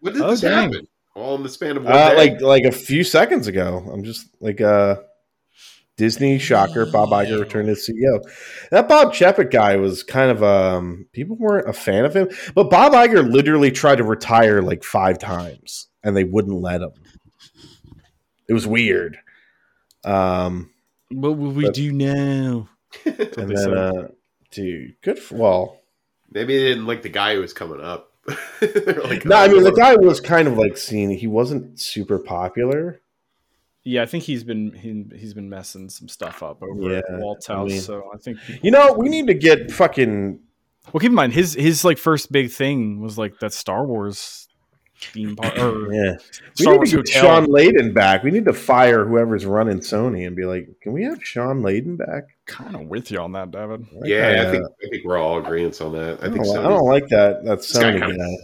what did
oh,
this
dang.
happen? All in the span of one
Uh,
day?
like like a few seconds ago, I'm just like uh, Disney shocker. Bob Iger returned as CEO. That Bob Chapek guy was kind of um, people weren't a fan of him, but Bob Iger literally tried to retire like five times, and they wouldn't let him. It was weird. Um,
What will we
But- *laughs*
do now?
and
they
then,
said.
uh, dude, good. For, well,
Maybe they didn't like the guy who was coming up. *laughs* They're like,
no,
oh,
I mean the
Lord.
guy was kind of like seen. He wasn't super popular.
Yeah, I think he's been he, he's been messing some stuff up over at
Yeah,
Walt's
I
house.
mean-
so I think.
You know, we need to get fucking
Well, keep in mind his his like first big thing was like that Star Wars theme park or
yeah. We
Star
need
Wars
to get
hotel.
Sean Layden back. We need to fire whoever's running Sony and be like, "Can we have Sean Layden back?"
Kind of with you on that, David.
That
yeah,
guy,
I think I think we're all agreeing on that. I
uh, I
think
don't,
so. Uh,
I don't like that. That
This guy
Sony
kinda
guy,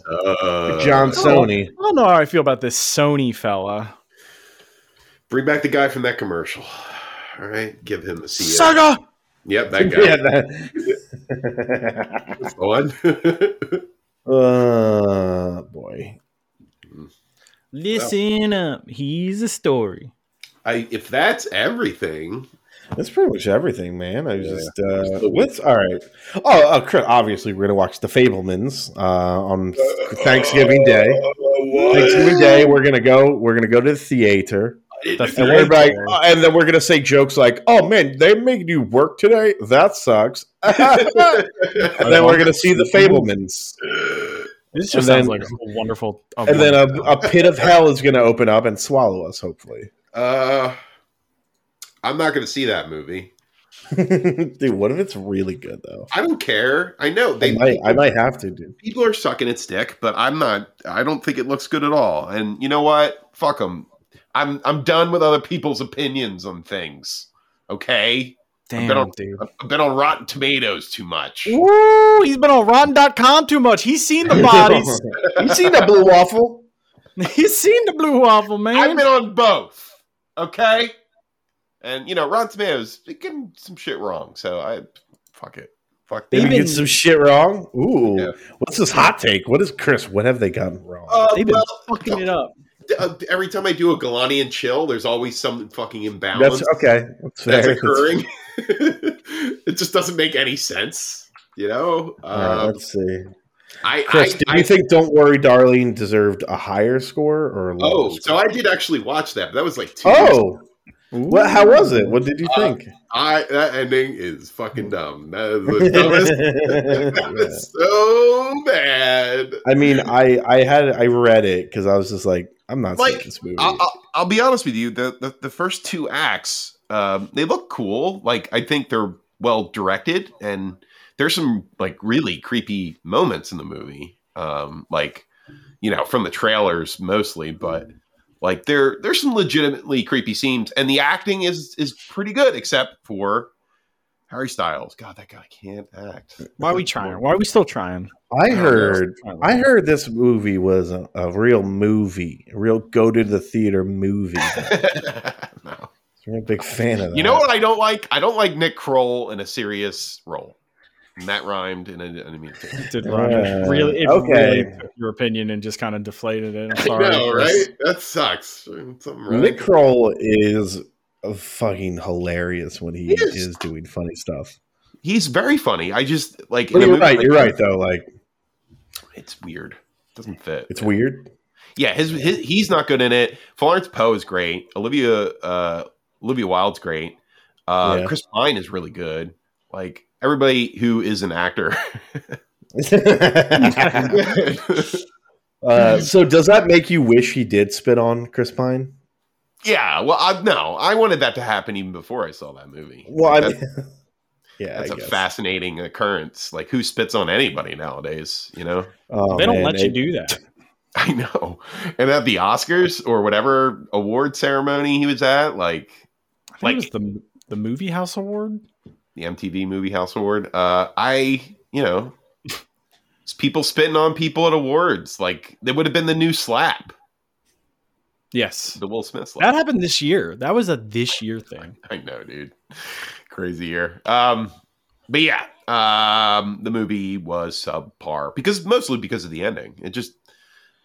sucks.
John Sony.
I don't know how I feel about this Sony fella.
Bring back the guy from that commercial. *sighs* All right, give him the CEO.
Saga.
Yep,
*laughs*
that guy.
Yeah, that- *laughs*
That's the one. *laughs*
uh, boy.
Listen up. He's a story.
I, if that's everything,
That's pretty much everything, man. I was
Yeah.
just uh, what's all right. Oh, uh, Chris, obviously we're gonna watch The Fablemans uh, on
Uh,
Thanksgiving Day.
what?
Thanksgiving Day, we're gonna go. We're gonna go to the theater.
The
And, we're like, oh, and then we're gonna say jokes like, "Oh man, they made you work today. That sucks." *laughs* and
*laughs*
then we're gonna see the Fablemans,
This just
And
sounds
then-
like a wonderful. a
and then uh,
wonderful-
a, a pit of hell is gonna open up and swallow us. Hopefully,
Uh, I'm not going to see that movie.
*laughs* dude, what if it's really good though?
I don't care. I know
I
they
might, I might have to, dude.
people are sucking its dick, but I'm not. I don't think it looks good at all. And you know what? Fuck them. I'm I'm done with other people's opinions on things. Okay,
Damn,
been on-
dude.
I've been on Rotten Tomatoes too much.
Ooh, he's been on Rotten.com too much. He's seen the
*laughs*
bodies.
you seen that blue waffle?
*laughs* he's seen the blue waffle,
I've
man.
been on both. Okay, and you know Rotten Tomatoes, they get some shit wrong. So I fuck it. Fuck
They
that.
get some shit wrong. Ooh,
Yeah.
what's this hot take? What is Chris? What have they gotten wrong?
Uh,
They've been
well,
fucking it up.
uh, every time I do a Galanian chill, there's always some fucking imbalance.
that's okay. That's fair.
that's occurring. *laughs* it just doesn't make any sense, you know.
All right,
Um,
let's see.
I,
Chris,
I,
do
I-
you think "Don't Worry, Darling" deserved a higher score or a lower?
Oh,
score?
so I did actually watch that. But that was like two. years-
Oh, what? How was it? What did you think?
I, that ending is fucking
Mm.
dumb. That is the *laughs* dumbest. that was
*laughs*
*laughs*
so bad.
I mean, I I had I read it because I was just like, I'm not
Like,
seeing this movie.
I'll, I'll, I'll be honest with you. The, the the first two acts, um, they look cool. Like I think they're well directed, and there's some like really creepy moments in the movie. Um, like you know from the trailers mostly, but like there there's some legitimately creepy scenes, and the acting is is pretty good except for Harry Styles. God, that guy can't act.
Why are we trying? Why are we still trying?
I heard I heard this movie was a, a real movie, a real go to the theater *laughs* movie.
*laughs* no.
I'm a big fan of that.
You know what I don't like? I don't like Nick Kroll in a serious role. And that rhymed, and I, and I mean,
*laughs*
it.
Did
Uh,
Ryan really? It
okay.
really took your opinion and just kind of deflated it.
*laughs*
I'm
I
sorry,
know,
Chris. *laughs*
right? That sucks. Something wrong.
Nick Kroll is fucking hilarious when he
He is.
is. doing funny stuff.
He's very funny. I just like. in
But
a
you're
movie
right.
like
You're
that,
right though. Like
It's weird. Doesn't fit.
it's weird.
Yeah, his, his he's not good in it. Florence Poe is great. Olivia uh, Olivia Wilde's great. Uh,
Yeah.
Chris Pine is really good. Like everybody who is an
*laughs*
actor. *laughs*
*laughs* uh, so does that make you wish he did spit on Chris Pine?
yeah. Well, I, no, I wanted that to happen even before I saw that movie.
Well, I
That-
mean, *laughs* yeah,
That's
I
a
guess.
fascinating occurrence. Like who spits on anybody nowadays, you know? *laughs*
Oh,
they don't
man,
let
it-
you do that.
I know. And at the Oscars or whatever award ceremony he was at, like
I think
Like-
it was the the movie house award.
the MTV Movie House Award, uh I, you know, it's people spitting on people at awards. Like they would have been the new slap,
Yes,
the Will Smith slap.
*laughs* that happened this year. That was a this year thing.
I know, dude. Crazy year. Um, but yeah, um, the movie was subpar because mostly because of the ending. It just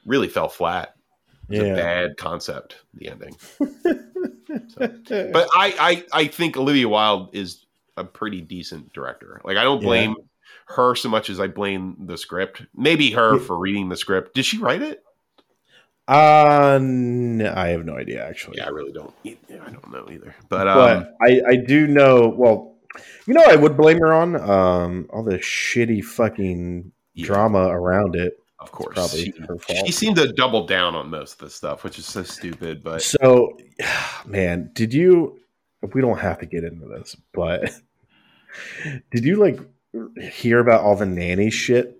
really fell flat. It's a
Yeah.
bad concept. The ending, but I, I, I think Olivia Wilde is a pretty decent director. Like I don't
Yeah.
blame her so much as I blame the script. Maybe her
Yeah.
for reading the script. Did she write it?
Uh, no, I have no idea actually.
Yeah, I really don't. e- I don't know either. But, um,
but I, I do know. Well, you know, I would blame her on um, all the shitty fucking
yeah,
drama around it.
of
It's
course,
probably
she,
her
she
fault.
seemed to double down on most of this stuff, which is so stupid. But
so, *sighs* man, did you? We don't have to get into this, but *laughs* did you like hear about all the nanny shit?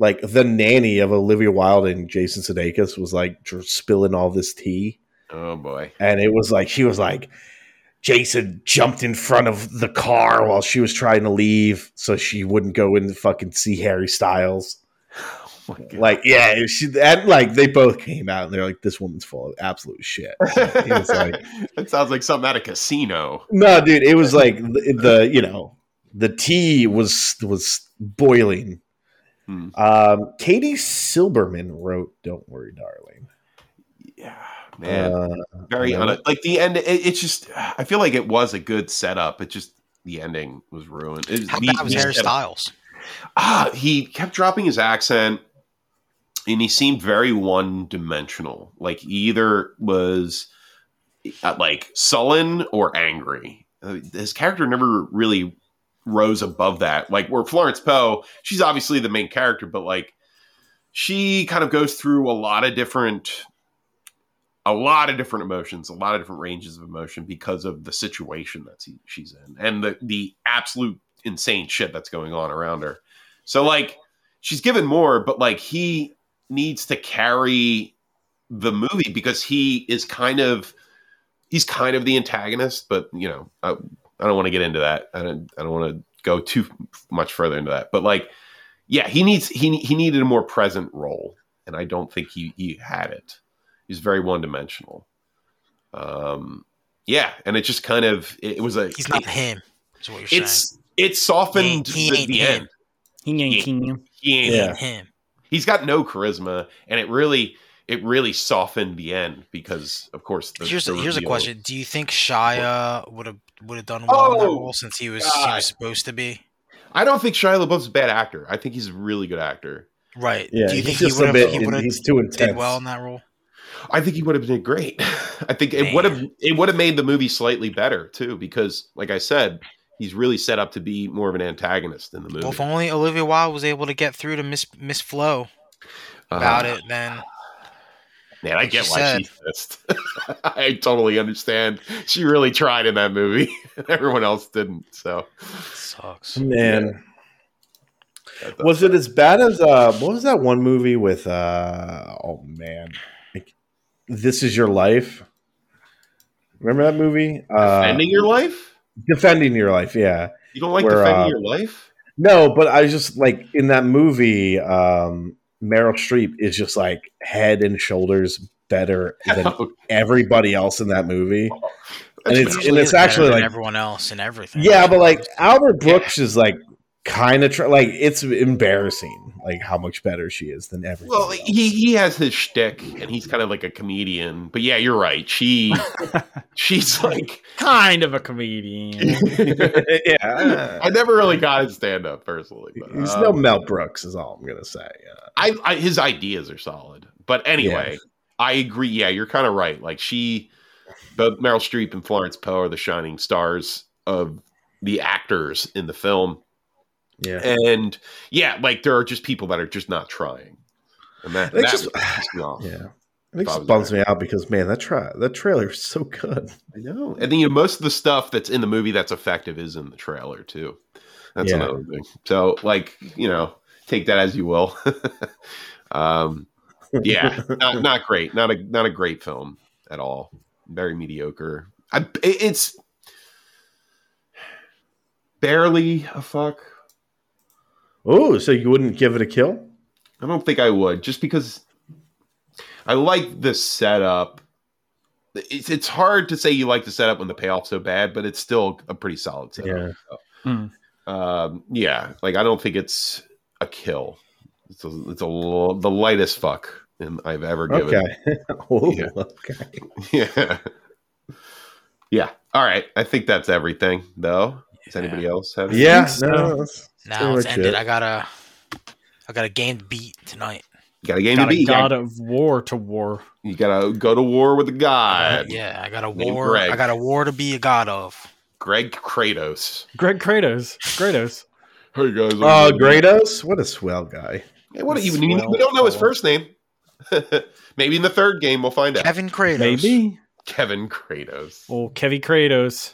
Like the nanny of Olivia Wilde and Jason Sudeikis was like dr- spilling all this tea.
Oh boy. *laughs*
and it was like she was like Jason jumped in front of the car while she was trying to leave so she wouldn't go in to fucking see Harry Styles.
Oh my God.
Like, yeah, it- she and like they both came out and they're like, this woman's full of absolute shit. He was like-
that sounds like something out of casino.
No, dude, it was like the, the you know the tea was was boiling.
Hmm.
Um, Katie Silberman wrote "Don't Worry, Darling."
Yeah, man.
Uh,
Very
I know.
un- like the end. It, it's just. I feel like it was a good setup. It just the ending was ruined. It,
How
the-
bad was
the
Harry
setup-
Styles?
Ah, he kept dropping his accent, and he seemed very one dimensional. Like he either was uh, like sullen or angry. Uh, His character never really rose above that. Like where Florence Poe, she's obviously the main character, but like she kind of goes through a lot of different a lot of different emotions, a lot of different ranges of emotion because of the situation that she, she's in and the, the absolute insane shit that's going on around her. So, like, she's given more, but like, he needs to carry the movie because he is kind of he's kind of the antagonist but you know i, I don't want to get into that i don't i don't want to go too much further into that but like yeah he needs he he needed a more present role and i don't think he he had it he's very one dimensional um yeah and it just kind of it, it was a
He's not
it-
him. Is what you're saying.
it's it softened
He ain't- he
the,
ain't
the
him.
end
He ain't
Yeah.
king you.
he ain't
Yeah.
Ain't him.
he's got no charisma and it really it really softened the end because of course the,
Here's
the
a, here's a
reveal-
question: Do you think Shia would have would have done well in that
Oh,
role since he was he
God.
was supposed to be?
i don't think shia labeouf's a bad actor i think he's a really good actor
Right?
Yeah,
Do you think
he's
he
just a
would have
bit.
he would have
he's too intense.
did well in that role?
i think he would have been great *laughs* i think it
Man.
would have it would have made the movie slightly better too because like i said he's really set up to be more of an antagonist in the movie
Well, if only Olivia Wilde was able to get through to Miss Miss Flo
Uh-huh.
about it, then
man i
like
get
you
why
said.
she's pissed *laughs* i totally understand she really tried in that movie *laughs* everyone else didn't so
sucks.
Man,
I thought-
was it as bad as uh, what was that one movie with? Uh, oh man, like, this is your life. Remember that movie? Uh,
ending your life
Defending your life. Yeah.
you don't like
where,
defending
uh,
your life
No, but I was just like in that movie. Um, Meryl Streep is just like head and shoulders better
*laughs*
than everybody else in that movie.
That's
And it's-
bad.
Usually
it's
is better
actually
than
like-
everyone else and everything.
Yeah, but like Albert Brooks is like kind of tr- like it's embarrassing, like how much better she is than everyone.
well,
*laughs* else.
he he has his shtick, and he's kind of like a comedian. But yeah, you're right. She she's like
Kind of a comedian.
yeah,
I never really got his stand up personally. But,
he's
um,
no Mel Brooks, is all I'm gonna say. Yeah.
I, I his ideas are solid. But anyway, I agree. Yeah, you're kind of right. Like she, both Meryl Streep and Florence Poe are the shining stars of the actors in the film.
Yeah,
And yeah, like there are just people that are just not trying. And that,
They
that
just-
pissed me off.
*sighs* yeah. It
I
just
was
bums
there.
me out because man, that try that trailer is so good.
I know. And then you know, most of the stuff that's in the movie that's effective is in the trailer too. That's
Yeah.
another thing. So like, you know, take that as you will. *laughs* um yeah, not, not great. Not a not a great film at all. Very mediocre. I, it- it's barely a fuck.
Oh, so you wouldn't give it a kill?
I don't think I would, just because I like the setup. It's, it's hard to say you like the setup when the payoff's so bad, but it's still a pretty solid setup.
Yeah.
Hmm.
um, yeah, like I don't think it's a kill. It's a, it's a l- the lightest fuck in- I've ever given.
Okay. *laughs* oh,
Yeah.
okay.
*laughs* Yeah. yeah. All right. I think that's everything, though. Does anybody else have?
Yeah.
so.
No, that's
Now
pretty
let's
much
end it.
it.
I gotta I got a game to beat tonight.
Got a game
Got
to
a
beat.
god of war to war.
You got to go to war with the god,
yeah, I got a
Uh, Name
war.
Greg.
I got a war to be a god of.
Greg Kratos.
Greg Kratos. Kratos.
Hey guys. I'm
Oh,
Greg.
Grados! What a swell guy.
Hey, what you,
That's
you-
well
we don't know his
thought.
first name. *laughs* Maybe in the third game we'll find out.
Kevin Kratos. *laughs*
Maybe.
Kevin Kratos.
Well, Kevy Kratos.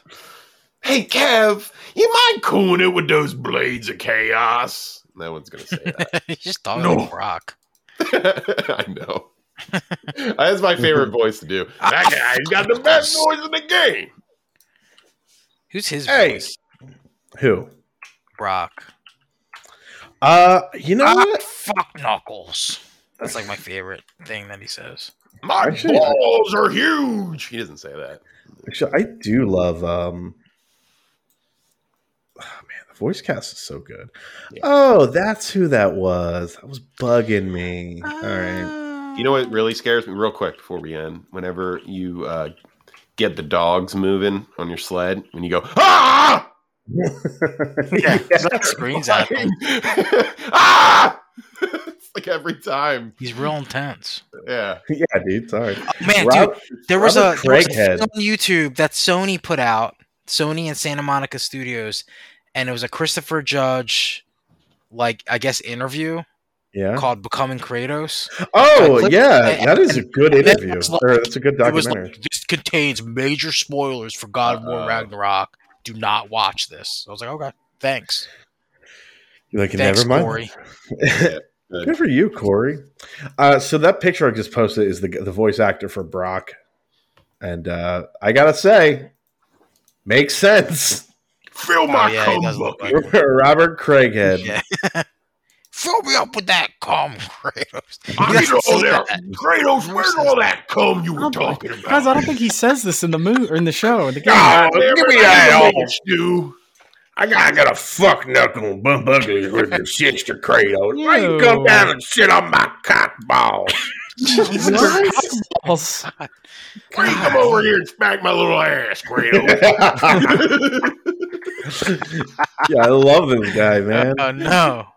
Hey, Kev, you mind cooling it with those blades of chaos? No one's gonna say that. *laughs*
He's just talking
No.
like Brock.
I know. That's my *laughs* favorite voice to do. That guy's got the *laughs* best voice in the game.
Who's his
Hey.
voice?
Who?
Brock.
Uh, you know
Ah,
what?
fuck Knuckles. That's like my favorite thing that he says.
My
Actually, I-
balls are huge. He doesn't say that.
Actually, I do love. Um, *sighs* oh, man, the voice cast is so good.
Yeah.
Oh, that's who that was. That was bugging me. All right.
Ah.
You know what really scares me? Real quick before we end, whenever you uh, get the dogs moving on your sled, when you go, ah,
*laughs*
Yeah, he's like screams at him.
*laughs* ah, *laughs* it's like every time.
He's real intense.
Yeah.
yeah, dude. Sorry.
Oh, Man, dude,
Rob-
there was, a,
Robert
there was a
Craighead.
thing on YouTube that Sony put out, Sony and Santa Monica Studios, and it was a Christopher Judge, like I guess interview,
Yeah.
called Becoming Kratos.
Oh,
clip-
yeah.
and-
That is a
and-
good
and it
interview.
was like-
or that's a good
It was
documentary.
like, this contains major spoilers for God of War
Uh-oh.
Ragnarok. Do not watch this. I was like, okay, thanks.
You're like,
thanks,
never mind.
Corey.
Good for you, Corey. Uh, so that picture I just posted is the the voice actor for Brock, and uh, I gotta say, makes sense. *laughs*
Fill
Oh,
my
yeah, he does look
combo.
like him.
Robert Craighead. *laughs*
Yeah. *laughs* Fill me up with that calm, Kratos.
*laughs*
I need
You
all
haven't
that.
seen
Kratos, where's all that cum you were
Oh,
talking about?
Guys, I don't think he says this in the movie or in the show. In the game.
God,
Oh,
give me that old stew.
I got, I got a fuck knuckle bump ugly with your sister Kratos.
Why you come down and
shit on my cock ball?
Jesus
What?
Christ.
Balls.
Why you come over here and smack my little ass, Kratos?
yeah, I love this guy, man.
Oh no.
*laughs*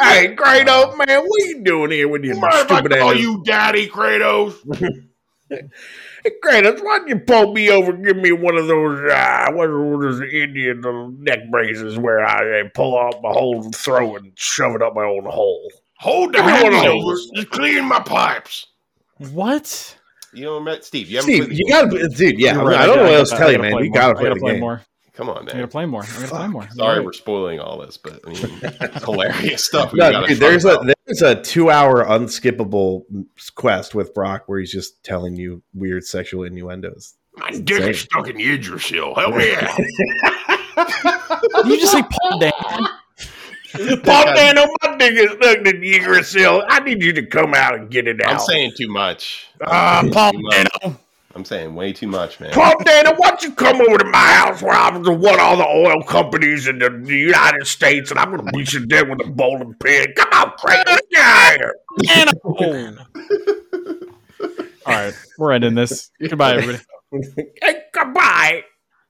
Hey,
Uh,
Kratos, man, what you doing here with your
Mind if I
stupid
call
ass?
you Daddy Kratos?
Hey, Kratos, why don't you pull me over and give me one of those, uh, what are those Indian little neck braces where I uh, pull out my whole throat and shove it up my own hole?
Hold the
Give me one of
hands over.
those.
Just clean my pipes.
What?
You know, Matt, Steve, you haven't played
Steve,
the
you
game.
gotta, dude, yeah,
You're
I,
right,
mean, I don't know
gotta-
what else to
gotta-
tell you,
I gotta
man.
play
You
more.
gotta
I
play the game.
more.
Come on,
I'm gonna
man.
play more. I'm gonna play more.
Sorry,
You're
we're
right.
spoiling all this, but I
*laughs*
mean, it's hilarious stuff. we
No,
gotta
dude,
talk
there's a
about.
there's a two hour unskippable quest with Brock where he's just telling you weird sexual innuendos.
my dick is
Same.
stuck in Yggdrasil. Help me out.
Did you just say Paul Dan?
Paul Dano, my dick is stuck in Yggdrasil. I need you to come out and get it
I'm
out.
saying too much.
uh, Paul
Too much. I'm saying way too much, man.
Paul Dana, why don't you come over to my house where I'm going to want all the oil companies in the, the United States and I'm going to beat your dick with a bowling pin. Come on, Kratos, get out of here. *laughs*
All right, we're ending this. Goodbye, everybody.
Hey, goodbye.